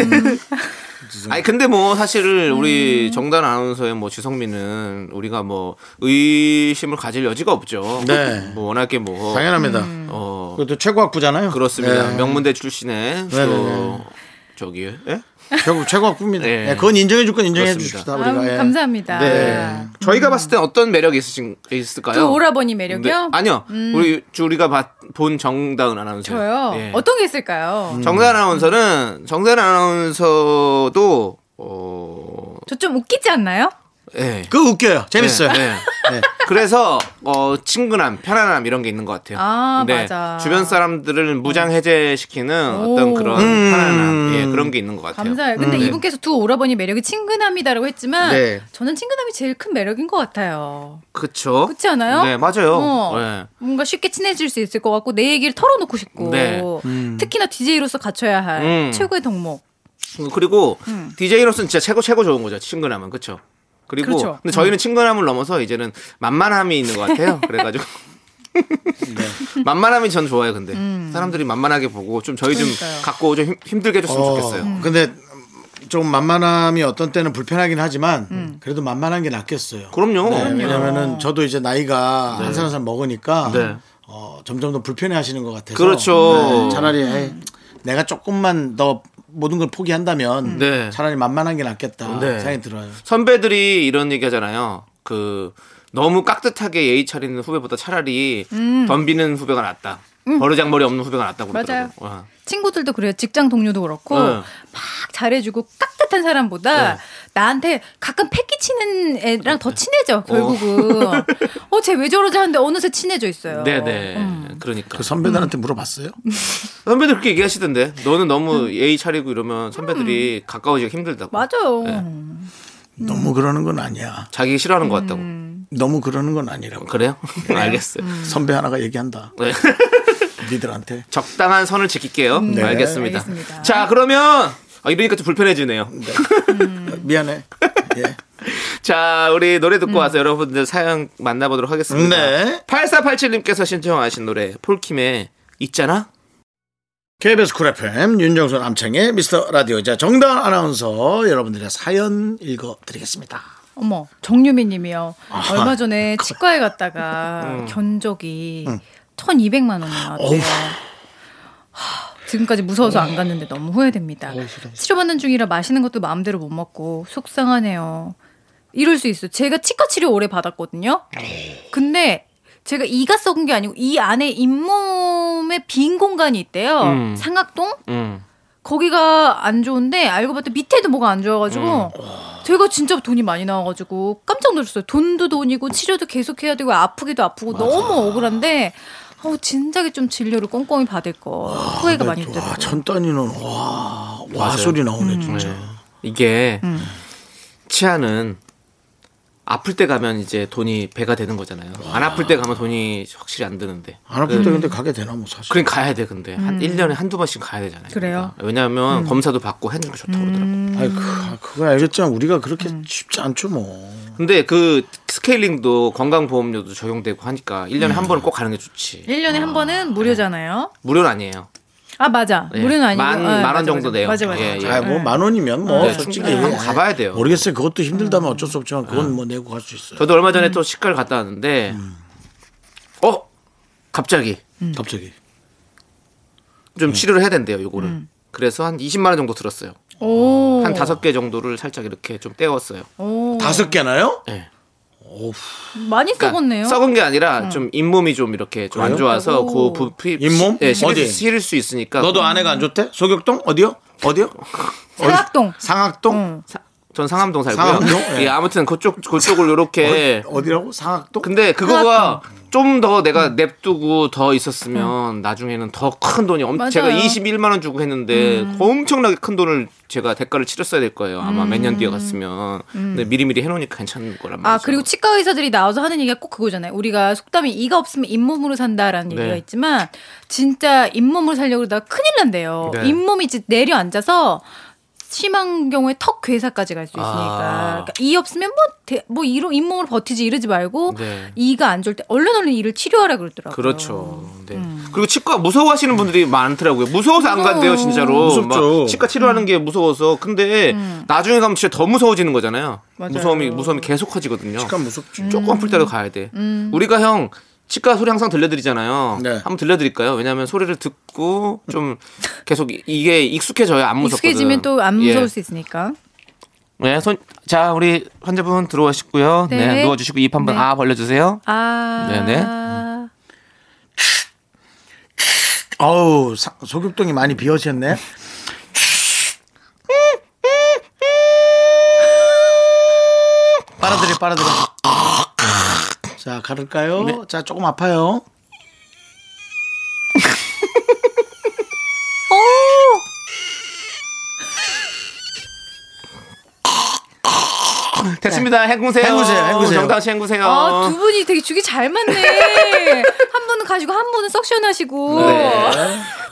Speaker 2: 아니 근데 뭐 사실
Speaker 5: 음.
Speaker 2: 우리 정단 아나운서의 뭐 주성민은 우리가 뭐 의심을 가질 여지가 없죠.
Speaker 1: 네.
Speaker 2: 뭐 워낙에 뭐
Speaker 1: 당연합니다.
Speaker 5: 음.
Speaker 2: 어,
Speaker 1: 그것도 최고 학부잖아요.
Speaker 2: 그렇습니다.
Speaker 1: 네.
Speaker 2: 명문대 출신의
Speaker 1: 네, 네, 음.
Speaker 2: 또 저기 예?
Speaker 1: 결국 최고 학부입니다.
Speaker 2: 네.
Speaker 1: 예, 그건 인정해 줄 건 인정해
Speaker 2: 그렇습니다.
Speaker 1: 줍시다.
Speaker 5: 아,
Speaker 1: 우리가. 예.
Speaker 5: 감사합니다.
Speaker 1: 네.
Speaker 2: 저희가 봤을 때 어떤 매력이 있으신 있을까요?
Speaker 5: 그 오라버니 매력이요? 음.
Speaker 2: 네. 아니요. 우리 우리가 봤- 본 정다은 아나운서.
Speaker 5: 저요.
Speaker 2: 예. 음.
Speaker 5: 어떤 게 있을까요?
Speaker 2: 정단 아나운서는 정단 아나운서도 어
Speaker 5: 저 좀 웃기지 않나요?
Speaker 2: 예.
Speaker 1: 그거 웃겨요. 재밌어요.
Speaker 2: 네. 그래서 어 친근함, 편안함 이런 게 있는 것 같아요.
Speaker 5: 아, 맞아. 네.
Speaker 2: 주변 사람들을 무장 해제시키는
Speaker 5: 오.
Speaker 2: 어떤 그런
Speaker 1: 음.
Speaker 2: 편안함, 예, 그런 게 있는 것 같아요.
Speaker 5: 감사해요. 근데
Speaker 2: 네.
Speaker 5: 이분께서 두 오라버니 매력이 친근함이다라고 했지만
Speaker 2: 네.
Speaker 5: 저는 친근함이 제일 큰 매력인 것 같아요.
Speaker 2: 그쵸?
Speaker 5: 그렇지 않아요?
Speaker 2: 네, 맞아요.
Speaker 5: 어,
Speaker 2: 예.
Speaker 5: 뭔가 쉽게 친해질 수 있을 것 같고 내 얘기를 털어놓고 싶고
Speaker 2: 네.
Speaker 5: 특히나 DJ로서 갖춰야 할
Speaker 2: 음.
Speaker 5: 최고의 덕목.
Speaker 2: 그리고
Speaker 5: 음.
Speaker 2: DJ로서는 진짜 최고 최고 좋은 거죠. 친근함은 그쵸? 그리고
Speaker 5: 그렇죠.
Speaker 2: 근데 저희는 친근함을 넘어서 이제는 만만함이 있는 것 같아요. 그래가지고. 네. 만만함이 전 좋아요, 근데. 사람들이 만만하게 보고 좀 저희 좀
Speaker 5: 음. 그러니까요.
Speaker 2: 갖고 좀 힘- 힘들게 해줬으면
Speaker 1: 어,
Speaker 2: 좋겠어요.
Speaker 5: 음.
Speaker 1: 근데 좀 만만함이 어떤 때는 불편하긴 하지만
Speaker 5: 음.
Speaker 1: 그래도 만만한 게 낫겠어요.
Speaker 2: 그럼요.
Speaker 1: 네, 왜냐면은 저도 이제 나이가 한 살 한 살 먹으니까
Speaker 2: 네.
Speaker 1: 어, 점점 더 불편해 하시는 것 같아서 네,
Speaker 2: 그렇죠.
Speaker 1: 차라리 에이, 내가 조금만 더 모든 걸 포기한다면
Speaker 2: 네.
Speaker 1: 차라리 만만한 게 낫겠다
Speaker 2: 네.
Speaker 1: 생각이 들어요.
Speaker 2: 선배들이 이런 얘기 하잖아요. 그 너무 깍듯하게 예의 차리는 후배보다 차라리 덤비는 후배가 낫다. 버르장머리 없는 후배가 낫다고
Speaker 5: 음.
Speaker 2: 어.
Speaker 5: 맞아요.
Speaker 2: 그러더라고요. 와.
Speaker 5: 친구들도 그래요. 직장 동료도 그렇고
Speaker 2: 네.
Speaker 5: 막 잘해주고 깍듯 똑같은 사람보다 나한테 가끔 패 끼치는 애랑
Speaker 2: 어.
Speaker 5: 더 친해져 결국은. 어 쟤 왜 저러지 하는데 어느새 친해져 있어요. 음.
Speaker 2: 네네. 그러니까.
Speaker 1: 그 선배들한테 물어봤어요?
Speaker 2: 선배들 그렇게 얘기하시던데 너는 너무 예의 차리고 이러면 선배들이 가까워지기 힘들다고.
Speaker 5: 음. 맞아요.
Speaker 2: 네.
Speaker 1: 너무 그러는 건 아니야.
Speaker 2: 자기 싫어하는 것 같다고.
Speaker 5: 음.
Speaker 1: 너무 그러는 건 아니라고.
Speaker 2: 그래요?
Speaker 5: 네.
Speaker 2: 알겠어요.
Speaker 1: 선배 하나가 얘기한다.
Speaker 2: 네.
Speaker 1: 니들한테.
Speaker 2: 적당한 선을 지킬게요.
Speaker 1: 네.
Speaker 2: 알겠습니다.
Speaker 5: 음. 알겠습니다.
Speaker 2: 자 그러면 아, 이러니까 좀 불편해지네요.
Speaker 1: 미안해. 예.
Speaker 2: 자 우리 노래 듣고 와서 여러분들 사연 만나보도록 하겠습니다.
Speaker 1: 네.
Speaker 2: 8487님께서 신청하신 노래 폴킴의 있잖아.
Speaker 1: KBS 쿨 FM 윤정수 남창의 미스터 라디오 자 정다은 아나운서 여러분들의 사연 읽어드리겠습니다.
Speaker 5: 어머 정유미님이요.
Speaker 1: 아하. 그 음.
Speaker 5: 얼마 전에 치과에 갔다가 견적이 1,200만 원이
Speaker 1: 어우.
Speaker 5: 나왔대요. 하, 지금까지 무서워서 안 갔는데 너무 후회됩니다. 치료받는 중이라 마시는 것도 마음대로 못 먹고 속상하네요. 이럴 수 있어요. 제가 치과 치료 오래 받았거든요.
Speaker 1: 어.
Speaker 5: 근데 제가 이가 썩은 게 아니고 이 안에 잇몸에 빈 공간이 있대요.
Speaker 2: 음.
Speaker 5: 상악동?
Speaker 2: 음.
Speaker 5: 거기가 안 좋은데 알고 봤더니 밑에도 뭐가 안 좋아가지고
Speaker 2: 음.
Speaker 5: 제가 진짜 돈이 많이 나와가지고 깜짝 놀랐어요. 돈도 돈이고 치료도 계속 해야 되고 아프기도 아프고 너무 억울한데 어 진작에 좀 진료를 꼼꼼히 받을 거
Speaker 2: 아,
Speaker 5: 후회가 많이
Speaker 1: 와,
Speaker 5: 들더라고요. 음.
Speaker 1: 천단이는 와, 와
Speaker 2: 맞아요.
Speaker 1: 소리 나오네 진짜.
Speaker 2: 네. 이게 치아는 아플 때 가면 이제 돈이 배가 되는 거잖아요. 안 아플 때 가면 돈이 확실히 안 드는데.
Speaker 1: 안 아플 때 근데 가게 되나 뭐 사실.
Speaker 2: 음. 그럼 가야 돼 근데 한 1년에 한두 번씩 가야 되잖아요.
Speaker 5: 음. 그래요? 음.
Speaker 2: 그러니까. 왜냐하면 검사도 받고 해주는 게 좋다고 그러더라고요.
Speaker 1: 아이, 그, 아, 그건 알겠지만 우리가 그렇게
Speaker 5: 음.
Speaker 1: 쉽지 않죠 뭐.
Speaker 2: 근데 그 스케일링도 건강보험료도 적용되고 하니까 1년에 한 번은 꼭 가는 게 좋지.
Speaker 5: 1년에 한 번은 무료잖아요.
Speaker 2: 무료는 아니에요.
Speaker 5: 아 맞아.
Speaker 2: 네. 예.
Speaker 5: 무료는 아니고
Speaker 2: 만-
Speaker 5: 아,
Speaker 2: 만원
Speaker 5: 맞아,
Speaker 2: 정도
Speaker 5: 맞아.
Speaker 2: 돼요.
Speaker 5: 맞아 맞아.
Speaker 2: 예, 예.
Speaker 5: 맞아.
Speaker 1: 아 뭐 만 원이면 뭐
Speaker 2: 네,
Speaker 1: 솔직히
Speaker 2: 충분히 한번 가봐야 돼요. 음.
Speaker 1: 모르겠어요. 그것도
Speaker 5: 음.
Speaker 1: 힘들다면 어쩔 수 없지만 그건 뭐 내고 갈 수 있어요.
Speaker 2: 저도 얼마 전에 또 치과를 갔다 왔는데, 어 갑자기
Speaker 5: 음.
Speaker 1: 갑자기.
Speaker 2: 좀
Speaker 5: 네.
Speaker 2: 치료를 해야 된대요. 요거를.
Speaker 5: 음.
Speaker 2: 그래서 한 20만 원 정도 들었어요.
Speaker 5: 오.
Speaker 2: 한 다섯 개 정도를 살짝 이렇게 좀 떼웠어요.
Speaker 5: 오.
Speaker 1: 다섯 개나요?
Speaker 2: 예.
Speaker 5: 많이
Speaker 2: 그러니까
Speaker 5: 썩었네요. 음.
Speaker 2: 썩은 게 아니라 좀 잇몸이 좀 이렇게 좀 안
Speaker 1: 그래요?
Speaker 2: 좋아서 그
Speaker 5: 아이고.
Speaker 2: 부피
Speaker 1: 잇몸?
Speaker 2: 예, 시릴,
Speaker 1: 어디?
Speaker 2: 수- 시릴 수 있으니까.
Speaker 1: 너도 아내가 안 좋대?
Speaker 2: 음.
Speaker 1: 소격동 어디요? 어디요?
Speaker 5: 사각동.
Speaker 1: 상학동?
Speaker 5: 음.
Speaker 2: 사- 그, 전 상암동 살고요.
Speaker 1: 상암동? 예.
Speaker 2: 예, 아무튼 그쪽 그쪽을 요렇게
Speaker 1: 어디라고? 상학동?
Speaker 2: 근데 그거가 좀 더 내가
Speaker 5: 음.
Speaker 2: 냅두고 더 있었으면 나중에는 더 큰 돈이 엄
Speaker 5: 맞아요. 음.
Speaker 2: 제가 21만 원 주고 했는데 엄청나게 큰 돈을 제가 대가를 치렀어야 될 거예요. 아마 몇 년 뒤에 갔으면. 근데 미리미리 해 놓으니까 괜찮은 거란 말이죠.
Speaker 5: 음. 아 그리고 치과 의사들이 나와서 하는 얘기가 꼭 그거잖아요. 우리가 속담이 이가 없으면 잇몸으로 산다라는 얘기가
Speaker 2: 네.
Speaker 5: 있지만 진짜 잇몸으로 살려고 그러다가 큰일 난대요.
Speaker 2: 네.
Speaker 5: 잇몸이 이제 내려앉아서 심한 경우에 턱 괴사까지 갈 수 있으니까
Speaker 2: 아.
Speaker 5: 그러니까 이 없으면 뭐 대- 뭐 이로 잇몸으로 버티지 이러지 말고
Speaker 2: 네.
Speaker 5: 이가 안 좋을 때 얼른 얼른 이를 치료하라 그러더라고요.
Speaker 2: 그렇죠.
Speaker 5: 어.
Speaker 2: 네.
Speaker 5: 음.
Speaker 2: 그리고 치과 무서워하시는 분들이 많더라고요. 무서워서 안 간대요, 진짜로.
Speaker 1: 무섭죠.
Speaker 2: 막 치과 치료하는 게 무서워서. 근데 나중에 가면 진짜 더 무서워지는 거잖아요.
Speaker 5: 음. 맞아요.
Speaker 2: 무서움이 무서움이 계속 커지거든요. 음.
Speaker 1: 치과 무섭지.
Speaker 2: 조금 풀 때로 가야 돼.
Speaker 5: 음.
Speaker 2: 우리가 형 치과 소리 항상 들려드리잖아요.
Speaker 1: 네.
Speaker 2: 한번 들려드릴까요? 왜냐하면 소리를 듣고 좀 계속 이- 이게 익숙해져야 안 무섭거든.
Speaker 5: 익숙해지면 또 안
Speaker 2: 예.
Speaker 5: 무서울 수 있으니까.
Speaker 2: 네, 손, 자 우리 환자분 들어오시고요. 네,
Speaker 5: 네.
Speaker 2: 누워주시고 입 한번
Speaker 5: 네.
Speaker 2: 아 벌려주세요.
Speaker 5: 아.
Speaker 2: 네네.
Speaker 1: 어우, 사- 소격동이 많이 비어졌네. 빨아들여, 빨아들여. 자, 가를까요? 자, 조금 아파요.
Speaker 2: 됐습니다. 헹구세요.
Speaker 1: 헹구세요, 헹구세요.
Speaker 2: 정당 씨 헹구세요.
Speaker 5: 아, 네. 두 분이 되게 죽이 잘 맞네. 한 분은 가시고 한 분은 석션하시고.
Speaker 2: 네.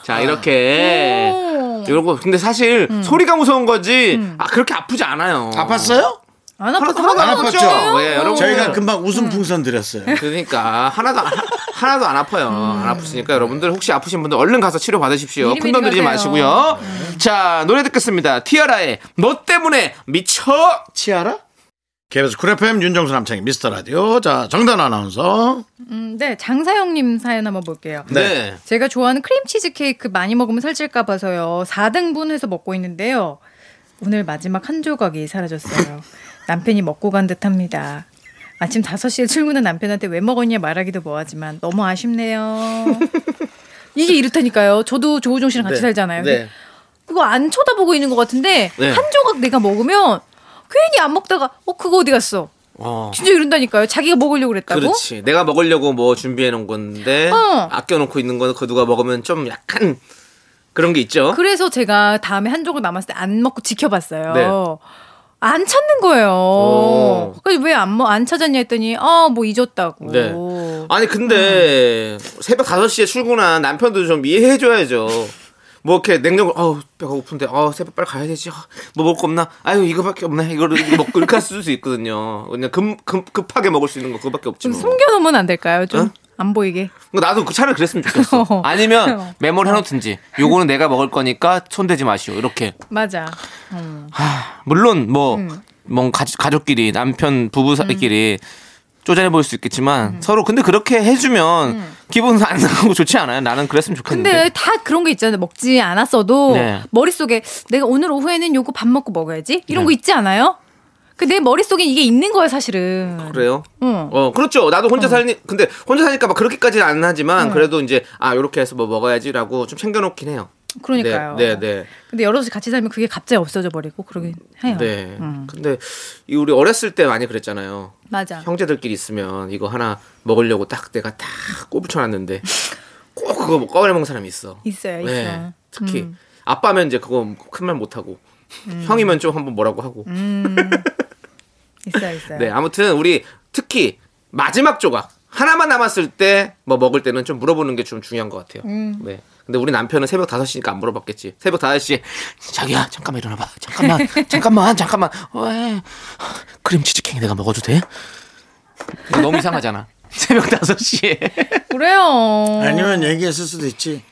Speaker 2: 자 이렇게
Speaker 5: 어. 오. 음.
Speaker 2: 이러고 근데 사실 소리가 무서운 거지 아, 그렇게 아프지 않아요.
Speaker 1: 아팠어요?
Speaker 5: 안 아팠어.
Speaker 2: 하나도
Speaker 1: 안
Speaker 2: 아팠죠.
Speaker 1: 아팠죠?
Speaker 2: 예, 여러분
Speaker 1: 저희가 금방 웃음 풍선 드렸어요.
Speaker 2: 그러니까 하나도 안- 하나도 안 아파요. 안 아프시니까 여러분들 혹시 아프신 분들 얼른 가서 치료 받으십시오.
Speaker 5: 음. 미리미리
Speaker 2: 큰돈 들이지
Speaker 5: 가세요. 음.
Speaker 2: 마시고요. 자 노래 듣겠습니다. 티아라의 너 때문에 미쳐.
Speaker 1: 치아라? KBS 쿨 FM 윤정수 남창희 미스터 라디오. 자, 정단 아나운서.
Speaker 5: 음, 네, 장사영님 사연 한번 볼게요.
Speaker 2: 네.
Speaker 5: 제가 좋아하는 크림치즈 케이크 많이 먹으면 살찔까 봐서요. 4등분 해서 먹고 있는데요. 오늘 마지막 한 조각이 사라졌어요. 남편이 먹고 간 듯합니다. 아침 5시에 출근한 남편한테 왜 먹었냐 말하기도 뭐하지만 너무 아쉽네요. 이게 이렇다니까요. 저도 조우종 씨랑 같이
Speaker 1: 네,
Speaker 5: 살잖아요.
Speaker 1: 네.
Speaker 5: 그거 안 쳐다보고 있는 것 같은데
Speaker 2: 네.
Speaker 5: 한 조각 내가 먹으면 괜히 안 먹다가 어 그거 어디 갔어?
Speaker 2: 어.
Speaker 5: 진짜 이런다니까요. 자기가 먹으려고 그랬다고.
Speaker 2: 그렇지. 내가 먹으려고 뭐 준비해 놓은 건데
Speaker 5: 어.
Speaker 2: 아껴 놓고 있는 거는 그 누가 먹으면 좀 약간 그런 게 있죠.
Speaker 5: 래서 제가 다음에 한 조각 남았을 때 안 먹고 지켜봤어요.
Speaker 2: 네.
Speaker 5: 안 찾는 거예요.
Speaker 2: 오.
Speaker 5: 그래서 왜안 안 찾았냐 했더니 아 뭐 잊었다고.
Speaker 2: 네. 아니 근데 새벽 5시에 출근한 남편도 좀 이해해 줘야죠. 뭐 이렇게 냉장고 아우 배가 고픈데 아 새벽 빨리 가야 되지. 아, 뭐 먹을 거 없나? 아유 이거밖에 없네. 이거를 이거 먹고 이렇게 쓸 수 있거든요. 그냥 금, 금, 급하게 먹을 수 있는 거 그거밖에 없지
Speaker 5: 좀
Speaker 2: 뭐.
Speaker 5: 숨겨놓으면 안 될까요? 좀 안
Speaker 2: 어?
Speaker 5: 보이게.
Speaker 2: 나도 그 차라리 그랬으면 좋겠어.
Speaker 5: 어.
Speaker 2: 아니면 메모를 해놓든지 요거는 내가 먹을 거니까 손대지 마시오 이렇게.
Speaker 5: 맞아.
Speaker 2: 물론 뭐,
Speaker 5: 음.
Speaker 2: 뭐 가, 가족끼리 남편 부부 사이끼리 쪼잔해 보일 수 있겠지만
Speaker 5: 음.
Speaker 2: 서로 근데 그렇게 해주면 기분 안 나고 좋지 않아요? 나는 그랬으면 좋겠는데.
Speaker 5: 근데 다 그런 게 있잖아요. 먹지 않았어도
Speaker 2: 그러니까. 네.
Speaker 5: 머릿속에 내가 오늘 오후에는 요거 밥 먹고 먹어야지. 이런 거 있지 않아요? 그 내 머릿속에 이게 있는 거예요, 사실은.
Speaker 2: 그래요?
Speaker 5: 응.
Speaker 2: 어 그렇죠. 나도 혼자 살니 근데 혼자 사니까 막 그렇게까지는 안 하지만 그래도 이제 아 요렇게 해서 뭐 먹어야지라고 좀 챙겨놓긴 해요.
Speaker 5: 그러니까요.
Speaker 2: 네, 네,
Speaker 5: 근데 여럿이 같이 살면 그게 갑자기 없어져 버리고 그러긴 해요.
Speaker 2: 네. 네. 근데 이 우리 어렸을 때 많이 그랬잖아요.
Speaker 5: 맞아.
Speaker 2: 형제들끼리 있으면 이거 하나 먹으려고 딱 내가 딱 꼬부쳐놨는데 꼭 그거 뭐 꺼내 먹는 사람이 있어.
Speaker 5: 있어요, 있어.
Speaker 2: 네, 특히
Speaker 1: 음.
Speaker 2: 아빠면 이제 그거 큰 말 못하고 형이면 좀 한번 뭐라고 하고.
Speaker 1: 음.
Speaker 5: 있어요, 있어요.
Speaker 2: 네, 아무튼 우리 특히 마지막 조각 하나만 남았을 때 뭐 먹을 때는 좀 물어보는 게 좀 중요한 것 같아요.
Speaker 1: 음.
Speaker 2: 네. 근데 우리 남편은 새벽 5시니까 안 물어봤겠지. 새벽 5시에 자기야 잠깐만 일어나 봐. 잠깐만. 잠깐만. 잠깐만. 어, 왜? 크림 치즈케이크 내가 먹어도 돼? 이거 너무 이상하잖아. 새벽 5시에.
Speaker 5: 그래요.
Speaker 1: 아니면 얘기했을 수도 있지.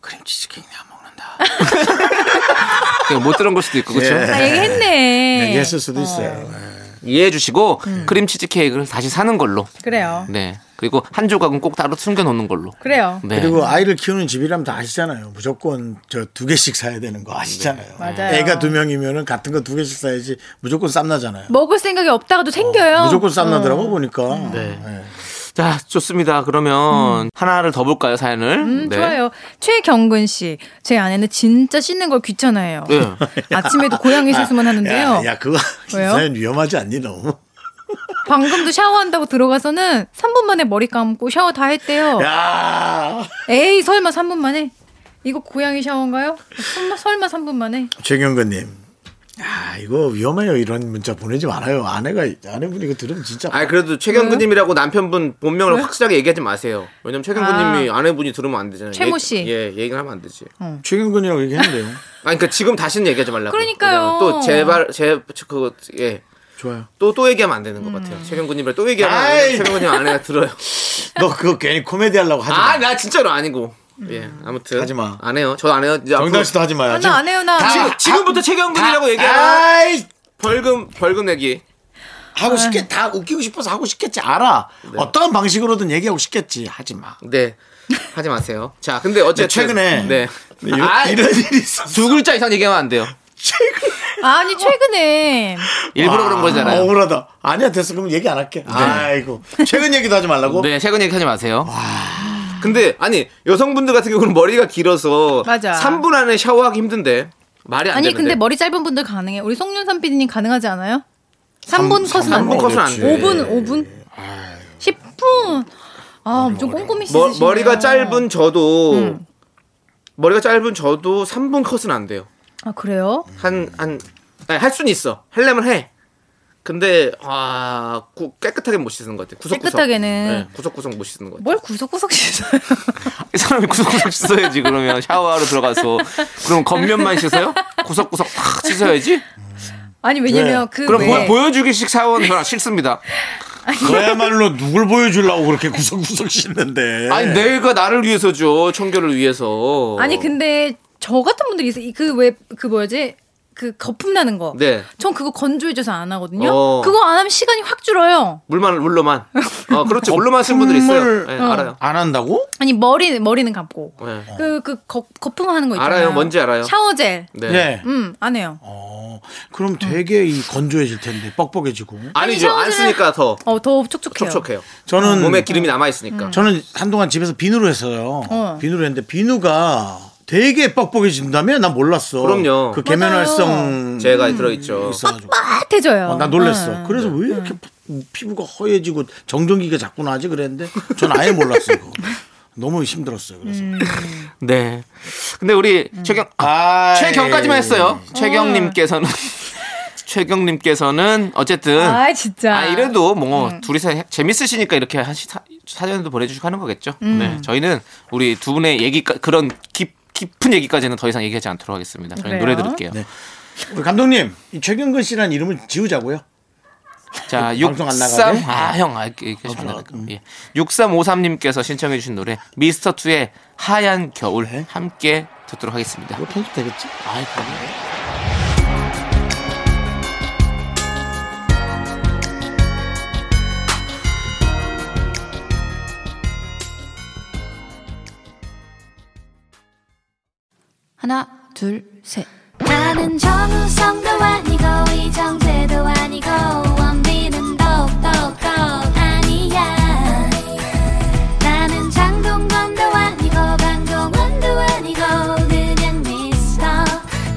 Speaker 1: 크림치즈 케이크 내가 먹는다.
Speaker 2: 못 들은 걸 수도 있고 그렇죠?
Speaker 5: 나 아, 얘기했네.
Speaker 1: 얘기했을 수도 있어요. 예.
Speaker 2: 이해해 주시고
Speaker 5: 음.
Speaker 2: 크림 치즈케이크를 다시 사는 걸로.
Speaker 5: 그래요.
Speaker 1: 음.
Speaker 2: 네. 그리고 한 조각은 꼭 따로 숨겨 놓는 걸로.
Speaker 5: 그래요.
Speaker 2: 네.
Speaker 1: 그리고 아이를 키우는 집이라면 다 아시잖아요. 무조건 저 두 개씩 사야 되는 거 아시잖아요.
Speaker 5: 네. 맞아요.
Speaker 1: 애가 두 명이면은 같은 거 두 개씩 사야지 무조건 쌈 나잖아요.
Speaker 5: 먹을 생각이 없다가도 생겨요.
Speaker 1: 어, 무조건 쌈
Speaker 5: 어.
Speaker 1: 나더라고 보니까.
Speaker 2: 네.
Speaker 1: 예.
Speaker 2: 자, 좋습니다. 그러면 하나를 더 볼까요, 사연을? 네.
Speaker 5: 음, 좋아요. 최경근 씨, 제 아내는 진짜 씻는 걸 귀찮아해요.
Speaker 2: 예.
Speaker 5: 아침에도 고양이 세수만 하는데요.
Speaker 1: 야, 야 그거 이
Speaker 5: 왜요?
Speaker 1: 사연 위험하지 않니 너무?
Speaker 5: 방금도 샤워한다고 들어가서는 3분 만에 머리 감고 샤워 다 했대요.
Speaker 1: 야
Speaker 5: 에이 설마 3분 만에? 이거 고양이 샤워인가요? 설마 설마 3분 만에?
Speaker 1: 최경근님. 아 이거 위험해요 이런 문자 보내지 말아요 아내가 아내분이 이거 들으면 진짜
Speaker 2: 아, 그래도
Speaker 5: 음.
Speaker 2: 최경근님이라고 남편분 본명을 확실하게 얘기하지 마세요. 왜냐면 최경근님이 아. 내분이 들으면 안 되잖아요.
Speaker 5: 최모
Speaker 2: 얘-
Speaker 5: 씨. 어.
Speaker 2: 예, 얘기를 하면 안 되지.
Speaker 1: 최경근이라고 얘기했는데요
Speaker 2: 아니, 그러니까 지금 다시는 얘기하지 말라고.
Speaker 5: 그러니까요.
Speaker 2: 왜냐면 또 제발 제 그거 예.
Speaker 1: 좋아요
Speaker 2: 또 또 얘기하면 안 되는 것
Speaker 5: 음.
Speaker 2: 같아요. 최경근님이랑 또 얘기하면 안
Speaker 1: 아이.
Speaker 2: 돼요. 최경근님 아내가 들어요.
Speaker 1: 너 그거 괜히 코미디 하려고 하지
Speaker 2: 아,
Speaker 5: 네.
Speaker 1: 마
Speaker 2: 나 진짜로 아니고. 예, 아무튼
Speaker 1: 하지 마.
Speaker 2: 안 해요. 저 안 해요. 이제
Speaker 1: 정당
Speaker 2: 앞으로-
Speaker 1: 씨도 하지 마요
Speaker 5: 아, 나안 아, 해요 나.
Speaker 1: 다-
Speaker 2: 지금 지금부터 최경근이라고 얘기하면
Speaker 1: 아이
Speaker 2: 벌금 벌금 내기.
Speaker 1: 하고 싶게 다 웃기고 싶어서 하고 싶겠지 알아 어떠한 방식으로든 얘기하고 싶겠지 하지 마
Speaker 2: 네. 하지 마세요. 자, 근데 어쨌든
Speaker 1: 최근에
Speaker 2: 네.
Speaker 1: 이런,
Speaker 2: 아,
Speaker 1: 이런 일이 있었어
Speaker 2: 두 글자 이상 얘기하면 안 돼요.
Speaker 5: 아니 최근에
Speaker 2: 일부러
Speaker 1: 와, 어,
Speaker 2: 그런 거잖아요.
Speaker 1: 억울하다 아니야 됐어 그럼 얘기 안 할게 아이고 최근 얘기도 하지 말라고
Speaker 2: 네, 최근 얘기하지 마세요. 근데 아니 여성분들 같은 경우는 머리가 길어서
Speaker 5: 맞아.
Speaker 2: 3분 안에 샤워하기 힘든데 말이 안
Speaker 5: 아니
Speaker 2: 되는데.
Speaker 5: 근데 머리 짧은 분들 가능해. 우리 송윤선 PD님 가능하지 않아요? 3분 컷은 안
Speaker 2: 삼분
Speaker 5: 돼.
Speaker 2: 컷은 안 돼.
Speaker 5: 5분 5분. 10분. 아, 엄청 꼼꼼히
Speaker 2: 머,
Speaker 5: 씻으시네요. 음.
Speaker 2: 머리가 짧은 저도 머리가 짧은 저도 3분 컷은 안 돼요.
Speaker 5: 아, 그래요?
Speaker 2: 한 한할 수는 있어. 하려면 해. 근데 아 구- 깨끗하게 못 씻는 것 같아. 구석구석.
Speaker 5: 깨끗하게는.
Speaker 2: 네, 구석구석 못 씻는 것 같아.
Speaker 5: 뭘 구석구석 씻어요?
Speaker 2: 이 사람이 구석구석 씻어야지 그러면 샤워하러 들어가서 그럼 겉면만 씻어요? 구석구석 탁 씻어야지?
Speaker 5: 아니 왜냐면 그
Speaker 2: 네. 그럼
Speaker 5: 왜-
Speaker 2: 보, 여주기식 샤워는 저랑 싫습니다.
Speaker 1: 그야말로 누굴 보여주려고 그렇게 구석구석 씻는데
Speaker 2: 아니 내가 나를 위해서죠 청결을 위해서.
Speaker 5: 아니 근데 저 같은 분들이 있어요. 그 왜 그 뭐지? 그 거품 나는 거.
Speaker 2: 네.
Speaker 5: 전 그거 건조해져서 안 하거든요.
Speaker 2: 어.
Speaker 5: 그거 안 하면 시간이 확 줄어요.
Speaker 2: 물만 물로만. 어 그렇죠 물로만 쓴 분들 있어요.
Speaker 1: 국물-
Speaker 2: 네,
Speaker 5: 어.
Speaker 2: 알아요.
Speaker 1: 안 한다고?
Speaker 5: 아니 머리 머리는 감고.
Speaker 2: 네.
Speaker 5: 그, 그 거, 거품하는 거 있잖아요.
Speaker 2: 알아요. 뭔지 알아요.
Speaker 5: 샤워젤.
Speaker 2: 네.
Speaker 1: 예.
Speaker 5: 음, 안 해요.
Speaker 1: 어, 그럼 되게 이 건조해질 텐데 뻑뻑해지고.
Speaker 2: 아니죠 안
Speaker 5: 샤워젤은-
Speaker 2: 쓰니까 더
Speaker 5: 어, 더 촉촉해요.
Speaker 2: 촉촉해요.
Speaker 1: 저는
Speaker 2: 몸에 기름이 남아 있으니까.
Speaker 1: 저는 한동안 집에서 비누로 했어요.
Speaker 5: 어.
Speaker 1: 비누로 했는데 비누가 되게 뻑뻑해진다며? 난 몰랐어.
Speaker 2: 그럼요.
Speaker 1: 그
Speaker 5: 맞아요.
Speaker 1: 계면활성
Speaker 2: 제가 들어있죠.
Speaker 1: 있어가지고.
Speaker 5: 빡해져요.
Speaker 1: 어, 나 놀랬어.
Speaker 5: 네.
Speaker 1: 그래서 왜 이렇게 피부가 허해지고 정전기가 자꾸 나지 그랬는데 전 아예 몰랐어요. 그거. 너무 힘들었어요. 그래서
Speaker 5: 음.
Speaker 2: 네. 근데 우리 최경
Speaker 1: 아,
Speaker 2: 최경까지만
Speaker 1: 에이.
Speaker 2: 했어요. 최경님께서는 최경님께서는 어쨌든 아,
Speaker 5: 아 진짜.
Speaker 2: 이래도 뭐
Speaker 5: 음.
Speaker 2: 둘이서 해- 재밌으시니까 이렇게 하시 사- 사연도 보내주시고 하는 거겠죠.
Speaker 5: 음.
Speaker 2: 네. 저희는 우리 두 분의 얘기 그런 깊 깊은 얘기까지는 더 이상 얘기하지 않도록 하겠습니다. 저희
Speaker 5: 그래요?
Speaker 2: 노래 들을게요.
Speaker 1: 네. 우리 감독님 이 최경근 씨라는 이름을 지우자고요.
Speaker 2: 자,
Speaker 1: 방송 안
Speaker 2: 63
Speaker 1: 나가게?
Speaker 2: 아, 형, 아, 이렇게 이렇게 하시면 안 돼요. 예. 6353님께서 신청해 주신 노래 미스터 투의 하얀 겨울 함께 듣도록 하겠습니다.
Speaker 1: 이거 뭐 편집 되겠지?
Speaker 2: 아이, 그러네.
Speaker 6: 하나, 둘, 셋.
Speaker 3: 나는 정우성도 아니고 이정재도 아니고 원빈은 더욱더 아니야 나는 장동건도 아니고 강동원도 아니고 그냥 미스터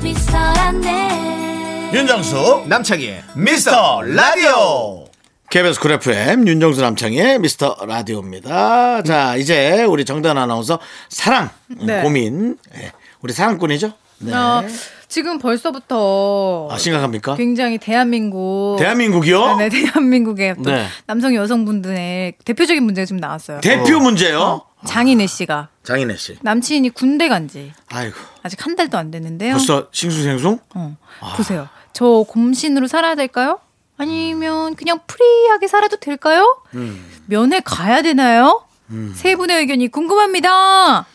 Speaker 3: 미스터란데
Speaker 1: 윤정수 남창희의 미스터 라디오 KBS 쿨 FM 윤정수 남창희의 미스터 라디오입니다 자 이제 우리 정단 아나운서 사랑 음,
Speaker 5: 네.
Speaker 1: 고민 예. 우리 사랑꾼이죠 네.
Speaker 5: 어, 지금 벌써부터
Speaker 1: 아 심각합니까
Speaker 5: 굉장히 대한민국
Speaker 1: 대한민국이요
Speaker 5: 아, 어, 네, 대한민국의 또
Speaker 2: 네.
Speaker 5: 남성 여성분들의 대표적인 문제가 지금 나왔어요.
Speaker 1: 대표 문제요
Speaker 5: 장인애 씨가
Speaker 1: 장인혜 씨
Speaker 5: 남친이 군대 간지
Speaker 1: 아이고
Speaker 5: 아직 한 달도 안
Speaker 2: 네.
Speaker 5: 됐는데요.
Speaker 1: 벌써 싱수생숭
Speaker 5: 어, 보세요. 저 곰신으로 살아야 될까요? 아니면 그냥 프리하게 살아도 될까요? 면회 가야 되나요? 세 분의 의견이 궁금합니다.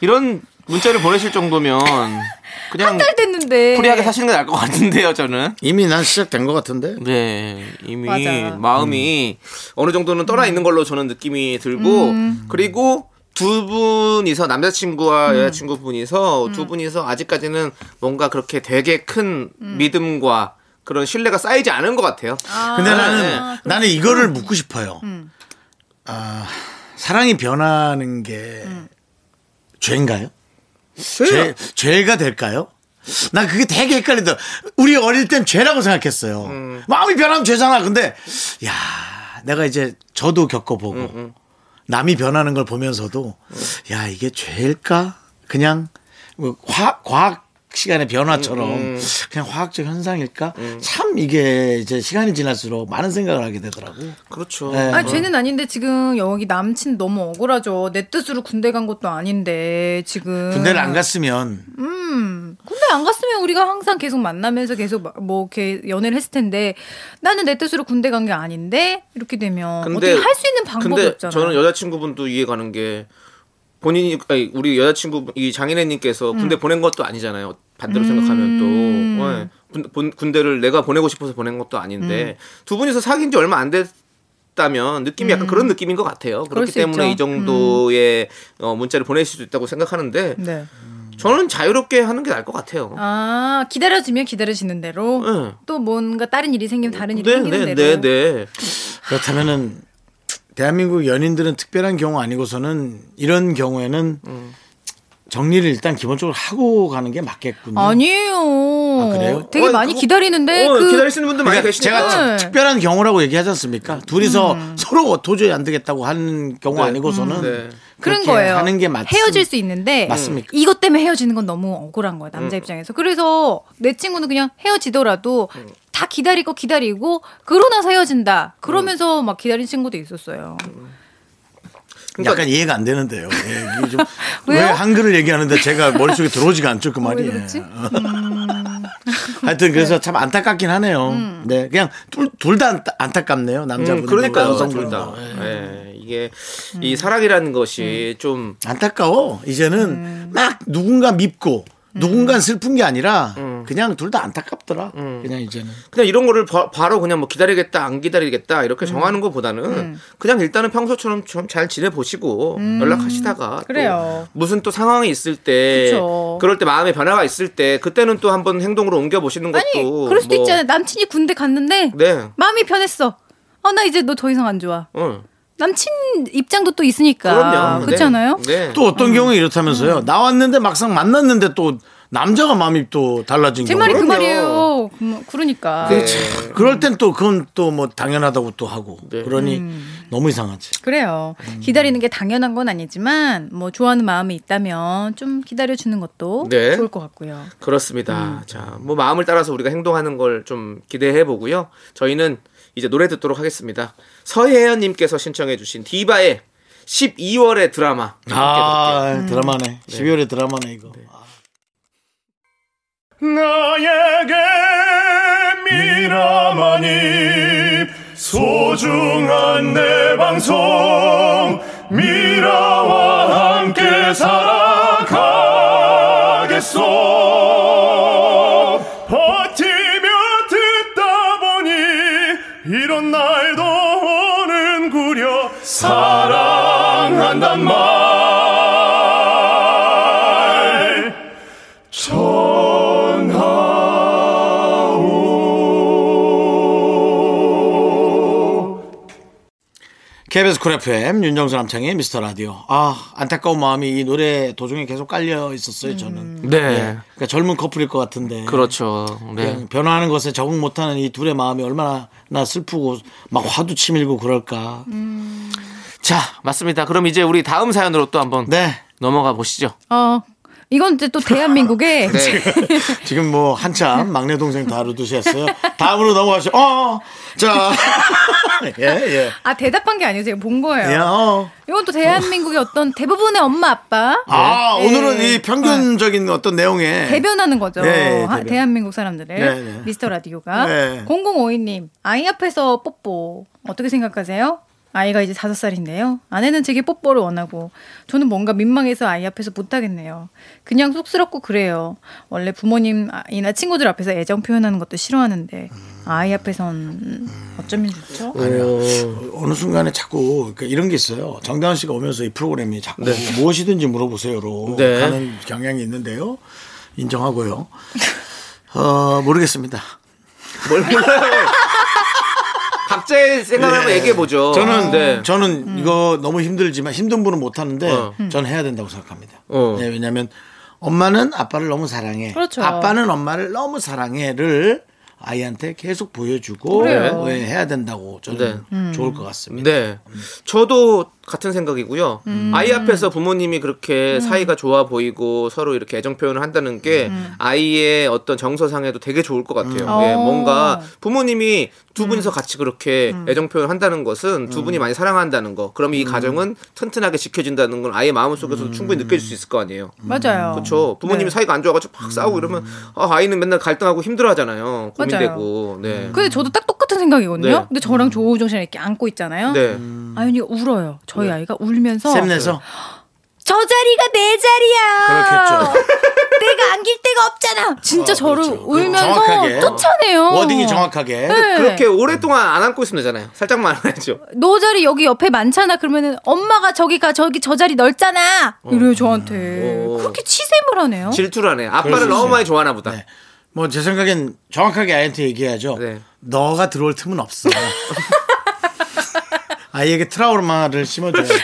Speaker 2: 이런 문자를 보내실 정도면 그냥
Speaker 5: 한 달 됐는데
Speaker 2: 프리하게 사시는 게 나을 것 같은데요, 저는.
Speaker 1: 이미 난 시작된 것 같은데
Speaker 2: 네, 이미
Speaker 5: 맞아.
Speaker 2: 마음이 어느 정도는 떠나 있는 걸로 저는 느낌이 들고
Speaker 5: 음.
Speaker 2: 그리고 두 분이서 남자친구와 여자친구 분이서
Speaker 5: 음.
Speaker 2: 두 분이서 아직까지는 뭔가 그렇게 되게 큰 믿음과 그런 신뢰가 쌓이지 않은 것 같아요.
Speaker 1: 근데
Speaker 2: 아, 음.
Speaker 1: 나는
Speaker 2: 네.
Speaker 1: 나는 이거를 묻고 싶어요. 아 사랑이 변하는 게
Speaker 2: 음.
Speaker 1: 죄인가요? 죄 죄가 될까요? 난 그게 되게 헷갈린다. 우리 어릴 땐 죄라고 생각했어요. 마음이 변하면 죄잖아. 근데 야 내가 이제 저도 겪어보고
Speaker 5: 음,
Speaker 1: 남이 변하는 걸 보면서도 야 이게 죄일까? 그냥 뭐 화, 과학 시간의 변화처럼
Speaker 5: 음,
Speaker 1: 그냥 화학적 현상일까? 참 이게 이제 시간이 지날수록 많은 생각을 하게 되더라고.
Speaker 2: 그렇죠.
Speaker 1: 네.
Speaker 5: 아 죄는 아닌데 지금 여기 남친 너무 억울하죠. 내 뜻으로 군대 간 것도 아닌데 지금
Speaker 1: 군대를 안 갔으면
Speaker 5: 군대 안 갔으면 우리가 항상 계속 만나면서 계속 마- 뭐 이렇게 연애를 했을 텐데 나는 내 뜻으로 군대 간 게 아닌데 이렇게 되면 어떻게 할 수 있는 방법이
Speaker 2: 근데
Speaker 5: 없잖아요.
Speaker 2: 저는 여자친구분도 이해가는 게 본인이 아니, 우리 여자친구 이
Speaker 5: 음.
Speaker 2: 장인애님께서 군대 보낸 것도 아니잖아요. 반대로 생각하면 또 예. 군, 본- 군대를 내가 보내고 싶어서 보낸 것도
Speaker 5: 음.
Speaker 2: 아닌데 두 분이서 사귄 지 얼마 안 됐다면 느낌이 약간 그런 느낌인 것 같아요. 그렇기
Speaker 5: 음. 수
Speaker 2: 때문에
Speaker 5: 있죠. 음.
Speaker 2: 이 정도의 어, 문자를 보낼 수도 있다고 생각하는데
Speaker 5: 네.
Speaker 2: 저는 자유롭게 하는 게 나을 것 같아요.
Speaker 5: 아 기다려지면 기다려지는 대로
Speaker 2: 네.
Speaker 5: 또 뭔가 다른 일이 생기면 다른 일이
Speaker 2: 네,
Speaker 5: 생기는
Speaker 2: 네,
Speaker 5: 대로
Speaker 2: 네, 네.
Speaker 1: 그렇다면은 대한민국 연인들은 특별한 경우 아니고서는 이런 경우에는 정리를 일단 기본적으로 하고 가는 게 맞겠군요.
Speaker 5: 아니에요.
Speaker 1: 그래요?
Speaker 5: 되게
Speaker 2: 어,
Speaker 5: 많이
Speaker 2: 그거-
Speaker 5: 기다리는데
Speaker 2: 어,
Speaker 5: 그
Speaker 2: 기다리시는 분들 많이
Speaker 1: 그러니까
Speaker 2: 계시니까
Speaker 1: 제가
Speaker 5: 네.
Speaker 1: 특- 특별한 경우라고 얘기하지 않습니까? 둘이서
Speaker 5: 음.
Speaker 1: 서로 도저히 안 되겠다고 하는 경우
Speaker 2: 네.
Speaker 1: 아니고서는
Speaker 2: 네.
Speaker 5: 그런
Speaker 1: 그렇게
Speaker 5: 거예요.
Speaker 1: 하는 게 맞.
Speaker 5: 헤어질 수 있는데
Speaker 1: 맞습니까?
Speaker 5: 이것 때문에 헤어지는 건 너무 억울한 거야 남자 입장에서. 그래서 내 친구는 그냥 헤어지더라도 다 기다릴 거 기다리고 그러나서 헤어진다. 그러면서 막 기다린 친구도 있었어요.
Speaker 2: 그러니까-
Speaker 1: 약간 이해가 안 되는데요. 예, 이게 좀 왜
Speaker 5: 왜요?
Speaker 1: 한글을 얘기하는데 제가 머릿속에 들어오지가 않죠 그 말이.
Speaker 5: 왜 그렇지? 네.
Speaker 1: 하여튼 그래서 참 안타깝긴 하네요.
Speaker 5: 음.
Speaker 1: 네, 그냥 둘 다 안타깝네요 남자분.
Speaker 2: 음, 그러니까요, 둘 다. 예, 이게
Speaker 5: 음.
Speaker 2: 이 사랑이라는 것이 좀
Speaker 1: 안타까워. 이제는
Speaker 5: 음.
Speaker 1: 막 누군가 밉고 누군가 슬픈 게 아니라
Speaker 2: 음.
Speaker 1: 그냥 둘 다 안타깝더라. 그냥 이제는.
Speaker 2: 그냥 이런 거를 바, 로 그냥 뭐 기다리겠다 안 기다리겠다
Speaker 5: 음.
Speaker 2: 이렇게 정하는 것보다는 그냥 일단은 평소처럼 좀 잘 지내보시고 연락하시다가
Speaker 5: 음. 그래요.
Speaker 2: 또 무슨 또 상황이 있을 때
Speaker 5: 그쵸.
Speaker 2: 그럴 때 마음의 변화가 있을 때 그때는 또 한번 행동으로 옮겨 보시는 것도
Speaker 5: 아니 그럴 수도
Speaker 2: 뭐-
Speaker 5: 있잖아요. 남친이 어, 군대 갔는데
Speaker 2: 네.
Speaker 5: 마음이 편했어. 아 나 이제 너 더 이상 안 좋아.
Speaker 2: 어.
Speaker 5: 남친 입장도 또 있으니까
Speaker 2: 그럼요.
Speaker 5: 렇지
Speaker 2: 네.
Speaker 5: 않아요?
Speaker 2: 네.
Speaker 1: 또
Speaker 5: 음.
Speaker 1: 어떤 경우에 이렇다면서요. 나왔는데 막상 만났는데 또 남자가 마음이 또 달라진
Speaker 5: 제
Speaker 1: 경우.
Speaker 5: 말이 그
Speaker 2: 그럼요.
Speaker 5: 말이에요. 그- 그러니까
Speaker 2: 네.
Speaker 1: 그럴 땐 또 그건 또 뭐 당연하다고 또 하고.
Speaker 2: 네.
Speaker 1: 그러니
Speaker 5: 음.
Speaker 1: 너무 이상하지.
Speaker 5: 그래요. 기다리는 게 당연한 건 아니지만 뭐 좋아하는 마음이 있다면 좀 기다려 주는 것도
Speaker 2: 네.
Speaker 5: 좋을 것 같고요.
Speaker 2: 그렇습니다. 자, 뭐 마음을 따라서 우리가 행동하는 걸 좀 기대해 보고요. 저희는 이제 노래 듣도록 하겠습니다. 서혜연 님께서 신청해 주신 디바의 12월의 드라마 함께 들을게요.
Speaker 5: 음.
Speaker 1: 아, 드라마네. 12월에 드라마네 이거. 아,
Speaker 7: 나에게 미라만이 소중한 내 방송 미라와 함께 살아가겠소 버티며 듣다 보니 이런 날도 오는구려 사랑한단 말
Speaker 1: KBS 쿨 FM 윤정수 남창의 미스터 라디오. 아 안타까운 마음이 이 노래 도중에 계속 깔려 있었어요
Speaker 5: 음.
Speaker 1: 저는.
Speaker 2: 네.
Speaker 1: 예. 그러니까 젊은 커플일 것 같은데.
Speaker 2: 그렇죠.
Speaker 5: 예.
Speaker 2: 네.
Speaker 1: 그냥 변화하는 것에 적응 못하는 이 둘의 마음이 얼마나 나 슬프고 막 화도 치밀고 그럴까.
Speaker 5: 음.
Speaker 2: 자, 맞습니다. 그럼 이제 우리 다음 사연으로 또 한번
Speaker 1: 네.
Speaker 2: 넘어가 보시죠.
Speaker 5: 어. 이건 이제 또 대한민국의
Speaker 1: 지금 뭐
Speaker 5: 네.
Speaker 1: 한참 막내 동생 다루듯이했어요 다음으로 넘어가시죠. 어, 자, 예, 예,
Speaker 5: 아 대답한 게 아니에요. 제가 본 거예요.
Speaker 1: 예, 어.
Speaker 5: 이건 또 대한민국의 어떤 대부분의 엄마 아빠
Speaker 1: 아
Speaker 5: 네.
Speaker 1: 오늘은
Speaker 5: 네.
Speaker 1: 이 평균적인 어떤 내용에
Speaker 5: 대변하는 거죠.
Speaker 1: 네,
Speaker 5: 하-
Speaker 1: 대변.
Speaker 5: 대한민국 사람들을
Speaker 1: 네, 네.
Speaker 5: 미스터 라디오가
Speaker 1: 네.
Speaker 5: 0052님 아이 앞에서 뽀뽀 어떻게 생각하세요? 아이가 이제 다섯 살인데요. 아내는 제게 뽀뽀를 원하고 저는 뭔가 민망해서 아이 앞에서 못하겠네요. 그냥 쑥스럽고 그래요. 원래 부모님이나 친구들 앞에서 애정 표현하는 것도 싫어하는데 아이 앞에선 어쩌면 좋죠?
Speaker 1: 음, 어느 순간에 자꾸 그 이런 게 있어요. 정다은 씨가 오면서 이 프로그램이 자꾸
Speaker 5: 네.
Speaker 1: 무엇이든지 물어보세요로
Speaker 2: 네.
Speaker 1: 가는 경향이 있는데요. 인정하고요. 어, 모르겠습니다.
Speaker 2: 뭘 몰라요. 각자의 생각을 한번 얘기해 보죠.
Speaker 1: 저는
Speaker 2: 예. 네.
Speaker 1: 음. 저는 이거 너무 힘들지만 힘든 분은 못 하는데
Speaker 2: 어.
Speaker 1: 저는 해야 된다고 생각합니다.
Speaker 2: 어.
Speaker 1: 네, 왜냐하면 엄마는 아빠를 너무 사랑해.
Speaker 5: 그렇죠.
Speaker 1: 아빠는 엄마를 너무 사랑해를 아이한테 계속 보여주고
Speaker 5: 그래요.
Speaker 1: 네, 해야 된다고 저는
Speaker 2: 음.
Speaker 1: 좋을 것 같습니다.
Speaker 2: 네. 저도 같은 생각이고요. 아이 앞에서 부모님이 그렇게 사이가 좋아 보이고 서로 이렇게 애정 표현을 한다는 게 아이의 어떤 정서상에도 되게 좋을 것 같아요.
Speaker 5: 음.
Speaker 2: 예,
Speaker 5: 어.
Speaker 2: 뭔가 부모님이 두 분이서 같이 그렇게 애정 표현을 한다는 것은 두 분이 많이 사랑한다는 거. 그럼 이 가정은 튼튼하게 지켜진다는 건 아이의 마음속에서도 충분히 느껴질 수 있을 거 아니에요.
Speaker 5: 맞아요.
Speaker 2: 그렇죠. 부모님이
Speaker 5: 네.
Speaker 2: 사이가 안 좋아가지고 막 싸우고 이러면 아, 아이는 맨날 갈등하고 힘들어하잖아요. 고민되고. 네.
Speaker 5: 근데 저도 딱 똑같은 생각이거든요.
Speaker 2: 네.
Speaker 5: 근데 저랑 조우정 씨랑 이렇게 안고 있잖아요.
Speaker 2: 네.
Speaker 5: 아윤이가 울어요. 저희 아이가
Speaker 2: 어.
Speaker 5: 울면서
Speaker 1: 샘내서
Speaker 5: 저 자리가 내 자리야.
Speaker 1: 그렇겠죠.
Speaker 5: 내가 안길 데가 없잖아. 진짜
Speaker 1: 어,
Speaker 5: 저를
Speaker 1: 그렇죠.
Speaker 5: 울면서
Speaker 1: 정확하게.
Speaker 5: 쫓아내요.
Speaker 1: 워딩이
Speaker 2: 어.
Speaker 1: 정확하게
Speaker 5: 네.
Speaker 2: 그렇게 오랫동안 안 안고 있으면 되잖아요. 살짝만 안아야죠.
Speaker 5: 너 자리 여기 옆에 많잖아. 그러면은 엄마가 저기 가 저기 저 자리 넓잖아.
Speaker 1: 어.
Speaker 5: 이래요 저한테.
Speaker 2: 어.
Speaker 5: 그렇게 치샘을 하네요.
Speaker 2: 질투를 하네.
Speaker 1: 그럴 수
Speaker 2: 아빠를 너무
Speaker 1: 있어요.
Speaker 2: 많이 좋아하나 보다.
Speaker 1: 네. 뭐 제 생각엔 정확하게 아이한테 얘기해야죠.
Speaker 2: 네.
Speaker 1: 너가 들어올 틈은 없어. 아이에게 트라우마를 심어줘야 돼.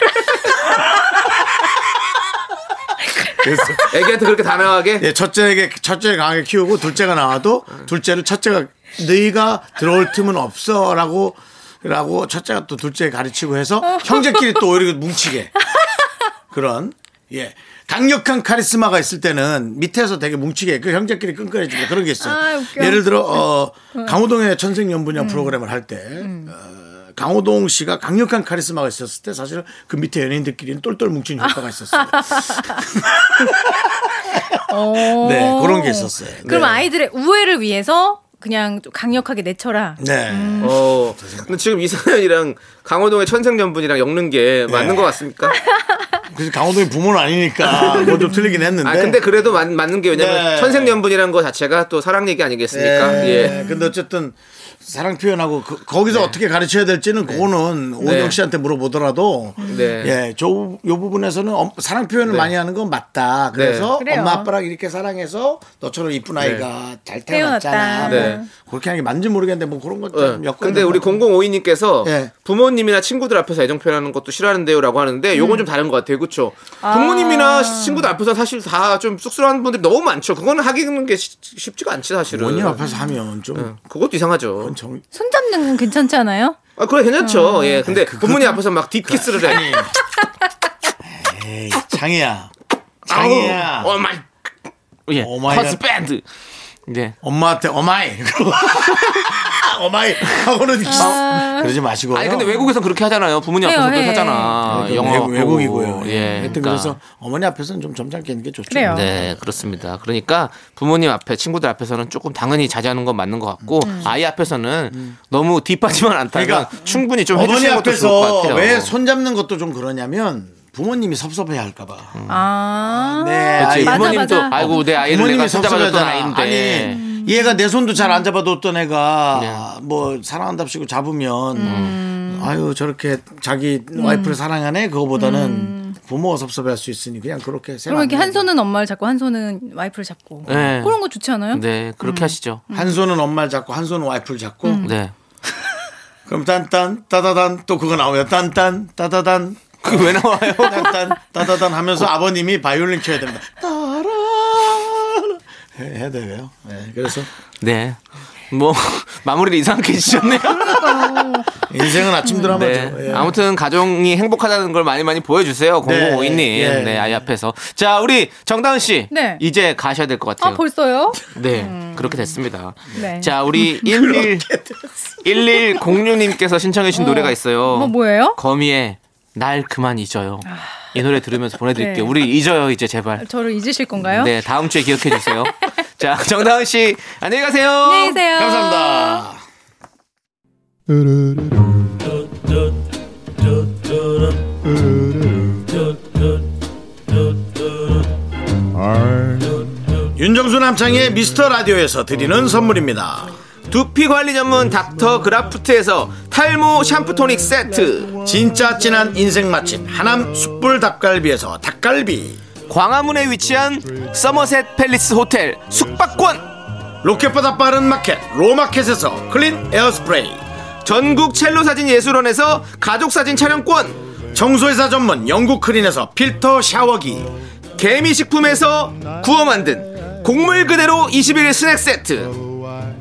Speaker 1: 됐어.
Speaker 2: 애기한테 그렇게 단호하게
Speaker 1: 예, 첫째에게 첫째 강하게 키우고 둘째가 나와도 둘째를 첫째가 네가 들어올 틈은 없어라고 라고 첫째가 또 둘째 가르치고 해서 형제끼리 또 오히려 뭉치게 그런 예 강력한 카리스마가 있을 때는 밑에서 되게 뭉치게 그 형제끼리 끈끈해지고 그런 게 있어요.
Speaker 5: 아, 웃겨.
Speaker 1: 예를 들어 어, 강호동의 천생연분양 프로그램을 할 때 어, 강호동 씨가 강력한 카리스마가 있었을 때 사실은 그 밑에 연예인들끼리는 똘똘 뭉친 효과가 있었어요.
Speaker 5: 어.
Speaker 1: 네, 그런 게 있었어요.
Speaker 5: 그럼
Speaker 1: 네.
Speaker 5: 아이들의 우애를 위해서 그냥 좀 강력하게 내쳐라.
Speaker 1: 네.
Speaker 2: 어. 근데 지금 이사연이랑 강호동의 천생연분이랑 엮는 게
Speaker 1: 예.
Speaker 2: 맞는 것 같습니까?
Speaker 1: 그래서 강호동이 부모는 아니니까 그건 좀 틀리긴 했는데.
Speaker 2: 아 근데 그래도 맞, 맞는 게 왜냐면
Speaker 1: 네.
Speaker 2: 천생연분이라는 거 자체가 또 사랑 얘기 아니겠습니까?
Speaker 1: 예.
Speaker 2: 예. 네.
Speaker 1: 근데 어쨌든 사랑 표현하고 그- 거기서 어떻게 가르쳐야 될지는 그거는 오은영 씨한테 물어보더라도
Speaker 2: 네.
Speaker 1: 예, 저요 부분에서는 엄- 사랑 표현을 많이 하는 건 맞다.
Speaker 2: 네.
Speaker 1: 그래서
Speaker 5: 그래요.
Speaker 1: 엄마 아빠랑 이렇게 사랑해서 너처럼 이쁜 아이가 잘 태어났잖아.
Speaker 5: 태어났다.
Speaker 2: 네.
Speaker 1: 뭐 그렇게 하는 게 맞는지 모르겠는데 뭐 그런 것좀
Speaker 2: 네. 근데 우리 0052님께서
Speaker 1: 예.
Speaker 2: 부모님이나 친구들 앞에서 애정 표현하는 것도 싫어하는데요라고
Speaker 1: 음.
Speaker 2: 하는데 요건 좀 다른 것 같아요, 그렇죠? 부모님이나 시- 친구들 앞에서 사실 다 좀 쑥스러운 분들이 너무 많죠. 그거는 하기는 게 시- 쉽지가 않지 사실은.
Speaker 1: 원님 앞에서 하면 좀
Speaker 2: 예. 그것도 이상하죠.
Speaker 1: 정-
Speaker 5: 손잡는 건 괜찮지 않아요?
Speaker 2: 아, 그래 괜찮죠. 예. 근데 부모님 앞에서 막 딥키스를 해.
Speaker 1: 에이, 장이야. 장이야.
Speaker 2: 오 마이. 어, 예.
Speaker 1: 오 어, 마이 갓.
Speaker 2: 밴드. 네.
Speaker 1: 엄마한테 어마이. 그러고 어마이 하고는 그러지 마시고.
Speaker 2: 아니 근데 외국에서 그렇게 하잖아요. 부모님
Speaker 5: 해요,
Speaker 2: 앞에서도
Speaker 5: 해.
Speaker 2: 하잖아. 영어
Speaker 1: 네, 외국, 외국이고요.
Speaker 2: 하고.
Speaker 1: 예.
Speaker 2: 예.
Speaker 1: 하여튼
Speaker 2: 그러니까.
Speaker 1: 그래서 어머니 앞에서는 좀 점잖게 하는 게 좋죠.
Speaker 5: 그래요.
Speaker 2: 네, 그렇습니다. 그러니까 부모님 앞에 친구들 앞에서는 조금 당연히 자제하는 건 맞는 것 같고
Speaker 5: 음.
Speaker 2: 아이 앞에서는 너무 뒷받침을 안 타면
Speaker 1: 그러니까
Speaker 2: 충분히 좀
Speaker 1: 어머니
Speaker 2: 해주시는 것도 좋을 것
Speaker 1: 앞에서
Speaker 2: 같아요.
Speaker 1: 왜 손잡는 것도 좀 그러냐면 부모님이 섭섭해 할까봐.
Speaker 5: 아.
Speaker 1: 네.
Speaker 2: 그렇지.
Speaker 1: 음. 아이-
Speaker 5: 맞아,
Speaker 2: 부모님도
Speaker 5: 맞아.
Speaker 2: 아이고 내 아이를 내가
Speaker 1: 부모님이
Speaker 2: 손잡아줬던
Speaker 1: 섭섭해하잖아.
Speaker 2: 아이인데
Speaker 1: 아니 얘가 내 손도 잘 안 잡아뒀던 애가 뭐 사랑한답시고 잡으면 아유 저렇게 자기 와이프를 사랑하네 그거보다는 부모가 섭섭해할 수 있으니 그냥 그렇게
Speaker 5: 그러면 이렇게 한
Speaker 1: 손
Speaker 5: 손은 엄마를 잡고 한 손은 와이프를 잡고
Speaker 2: 네.
Speaker 5: 그런 거 좋지 않아요?
Speaker 2: 네
Speaker 5: 음.
Speaker 2: 그렇게 하시죠.
Speaker 1: 한 손은 엄마를 잡고 한 손은 와이프를 잡고
Speaker 2: 네.
Speaker 1: 그럼 딴딴 따다단 또 그거 나오면 딴딴 따다단
Speaker 2: 그 왜 나와요?
Speaker 1: 딴딴 따다단 하면서 아버님이 바이올린 쳐야 됩니다. 따라 해- 해야 돼요. 네, 그래서
Speaker 2: 네. 뭐 마무리를 이상하게 지셨네요.
Speaker 1: 인생은 아침 드라마죠.
Speaker 2: 네.
Speaker 1: 예.
Speaker 2: 아무튼 가정이 행복하다는 걸 많이 많이 보여주세요.
Speaker 1: 네.
Speaker 2: 0052님.
Speaker 1: 예.
Speaker 2: 네. 아이 앞에서. 자, 우리 정다은 씨.
Speaker 5: 네.
Speaker 2: 이제 가셔야 될 것
Speaker 5: 아 음.
Speaker 2: 같아요.
Speaker 5: 벌써요?
Speaker 2: 네, 그렇게 됐습니다.
Speaker 5: 네.
Speaker 2: 자, 우리 11 1106님께서 신청해 주신 노래가 있어요.
Speaker 5: 뭐 뭐예요? 아.
Speaker 2: 거미의 날 그만 잊어요. 이 노래 들으면서 보내 드릴게요.
Speaker 5: 네. 아,
Speaker 2: 우리 잊어요, 이제 제발.
Speaker 5: 저를 잊으실 건가요?
Speaker 2: 네, 다음 주에 기억해 주세요. 자, 정다은 씨, 안녕히 가세요.
Speaker 5: 안녕히 계세요.
Speaker 1: 감사합니다. 윤정수 남창의 미스터 라디오에서
Speaker 2: 음.
Speaker 1: 드리는 선물입니다.
Speaker 2: 두피 관리 전문 닥터 그라프트에서 탈모 샴푸 토닉 세트.
Speaker 1: 진짜 진한 인생 맛집 하남 숯불 닭갈비에서 닭갈비
Speaker 2: 광화문에 위치한 서머셋 팰리스 호텔 숙박권.
Speaker 1: 로켓보다 빠른 마켓 로마켓에서 클린 에어스프레이
Speaker 2: 전국 첼로 사진 예술원에서 가족 사진 촬영권.
Speaker 1: 청소회사 전문 영국 크린에서 필터 샤워기
Speaker 2: 개미식품에서 구워 만든 곡물 그대로 21 스낵 세트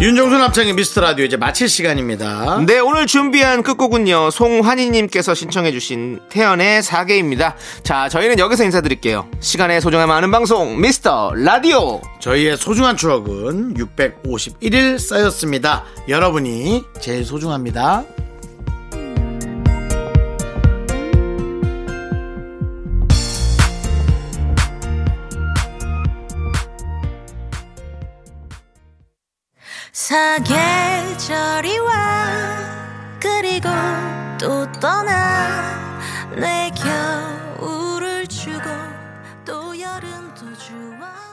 Speaker 1: 윤정수 남창의 미스터 라디오 이제 마칠 시간입니다
Speaker 2: 네 오늘 준비한 끝곡은요 송환희님께서 신청해주신 태연의 사계입니다 자 저희는 여기서 인사드릴게요 시간의 소중함 아는 방송 미스터 라디오
Speaker 1: 저희의 소중한 추억은 651일 쌓였습니다 여러분이 제일 소중합니다
Speaker 8: 사계절이 와 그리고 또 떠나 내 겨울을 주고 또 여름도 주와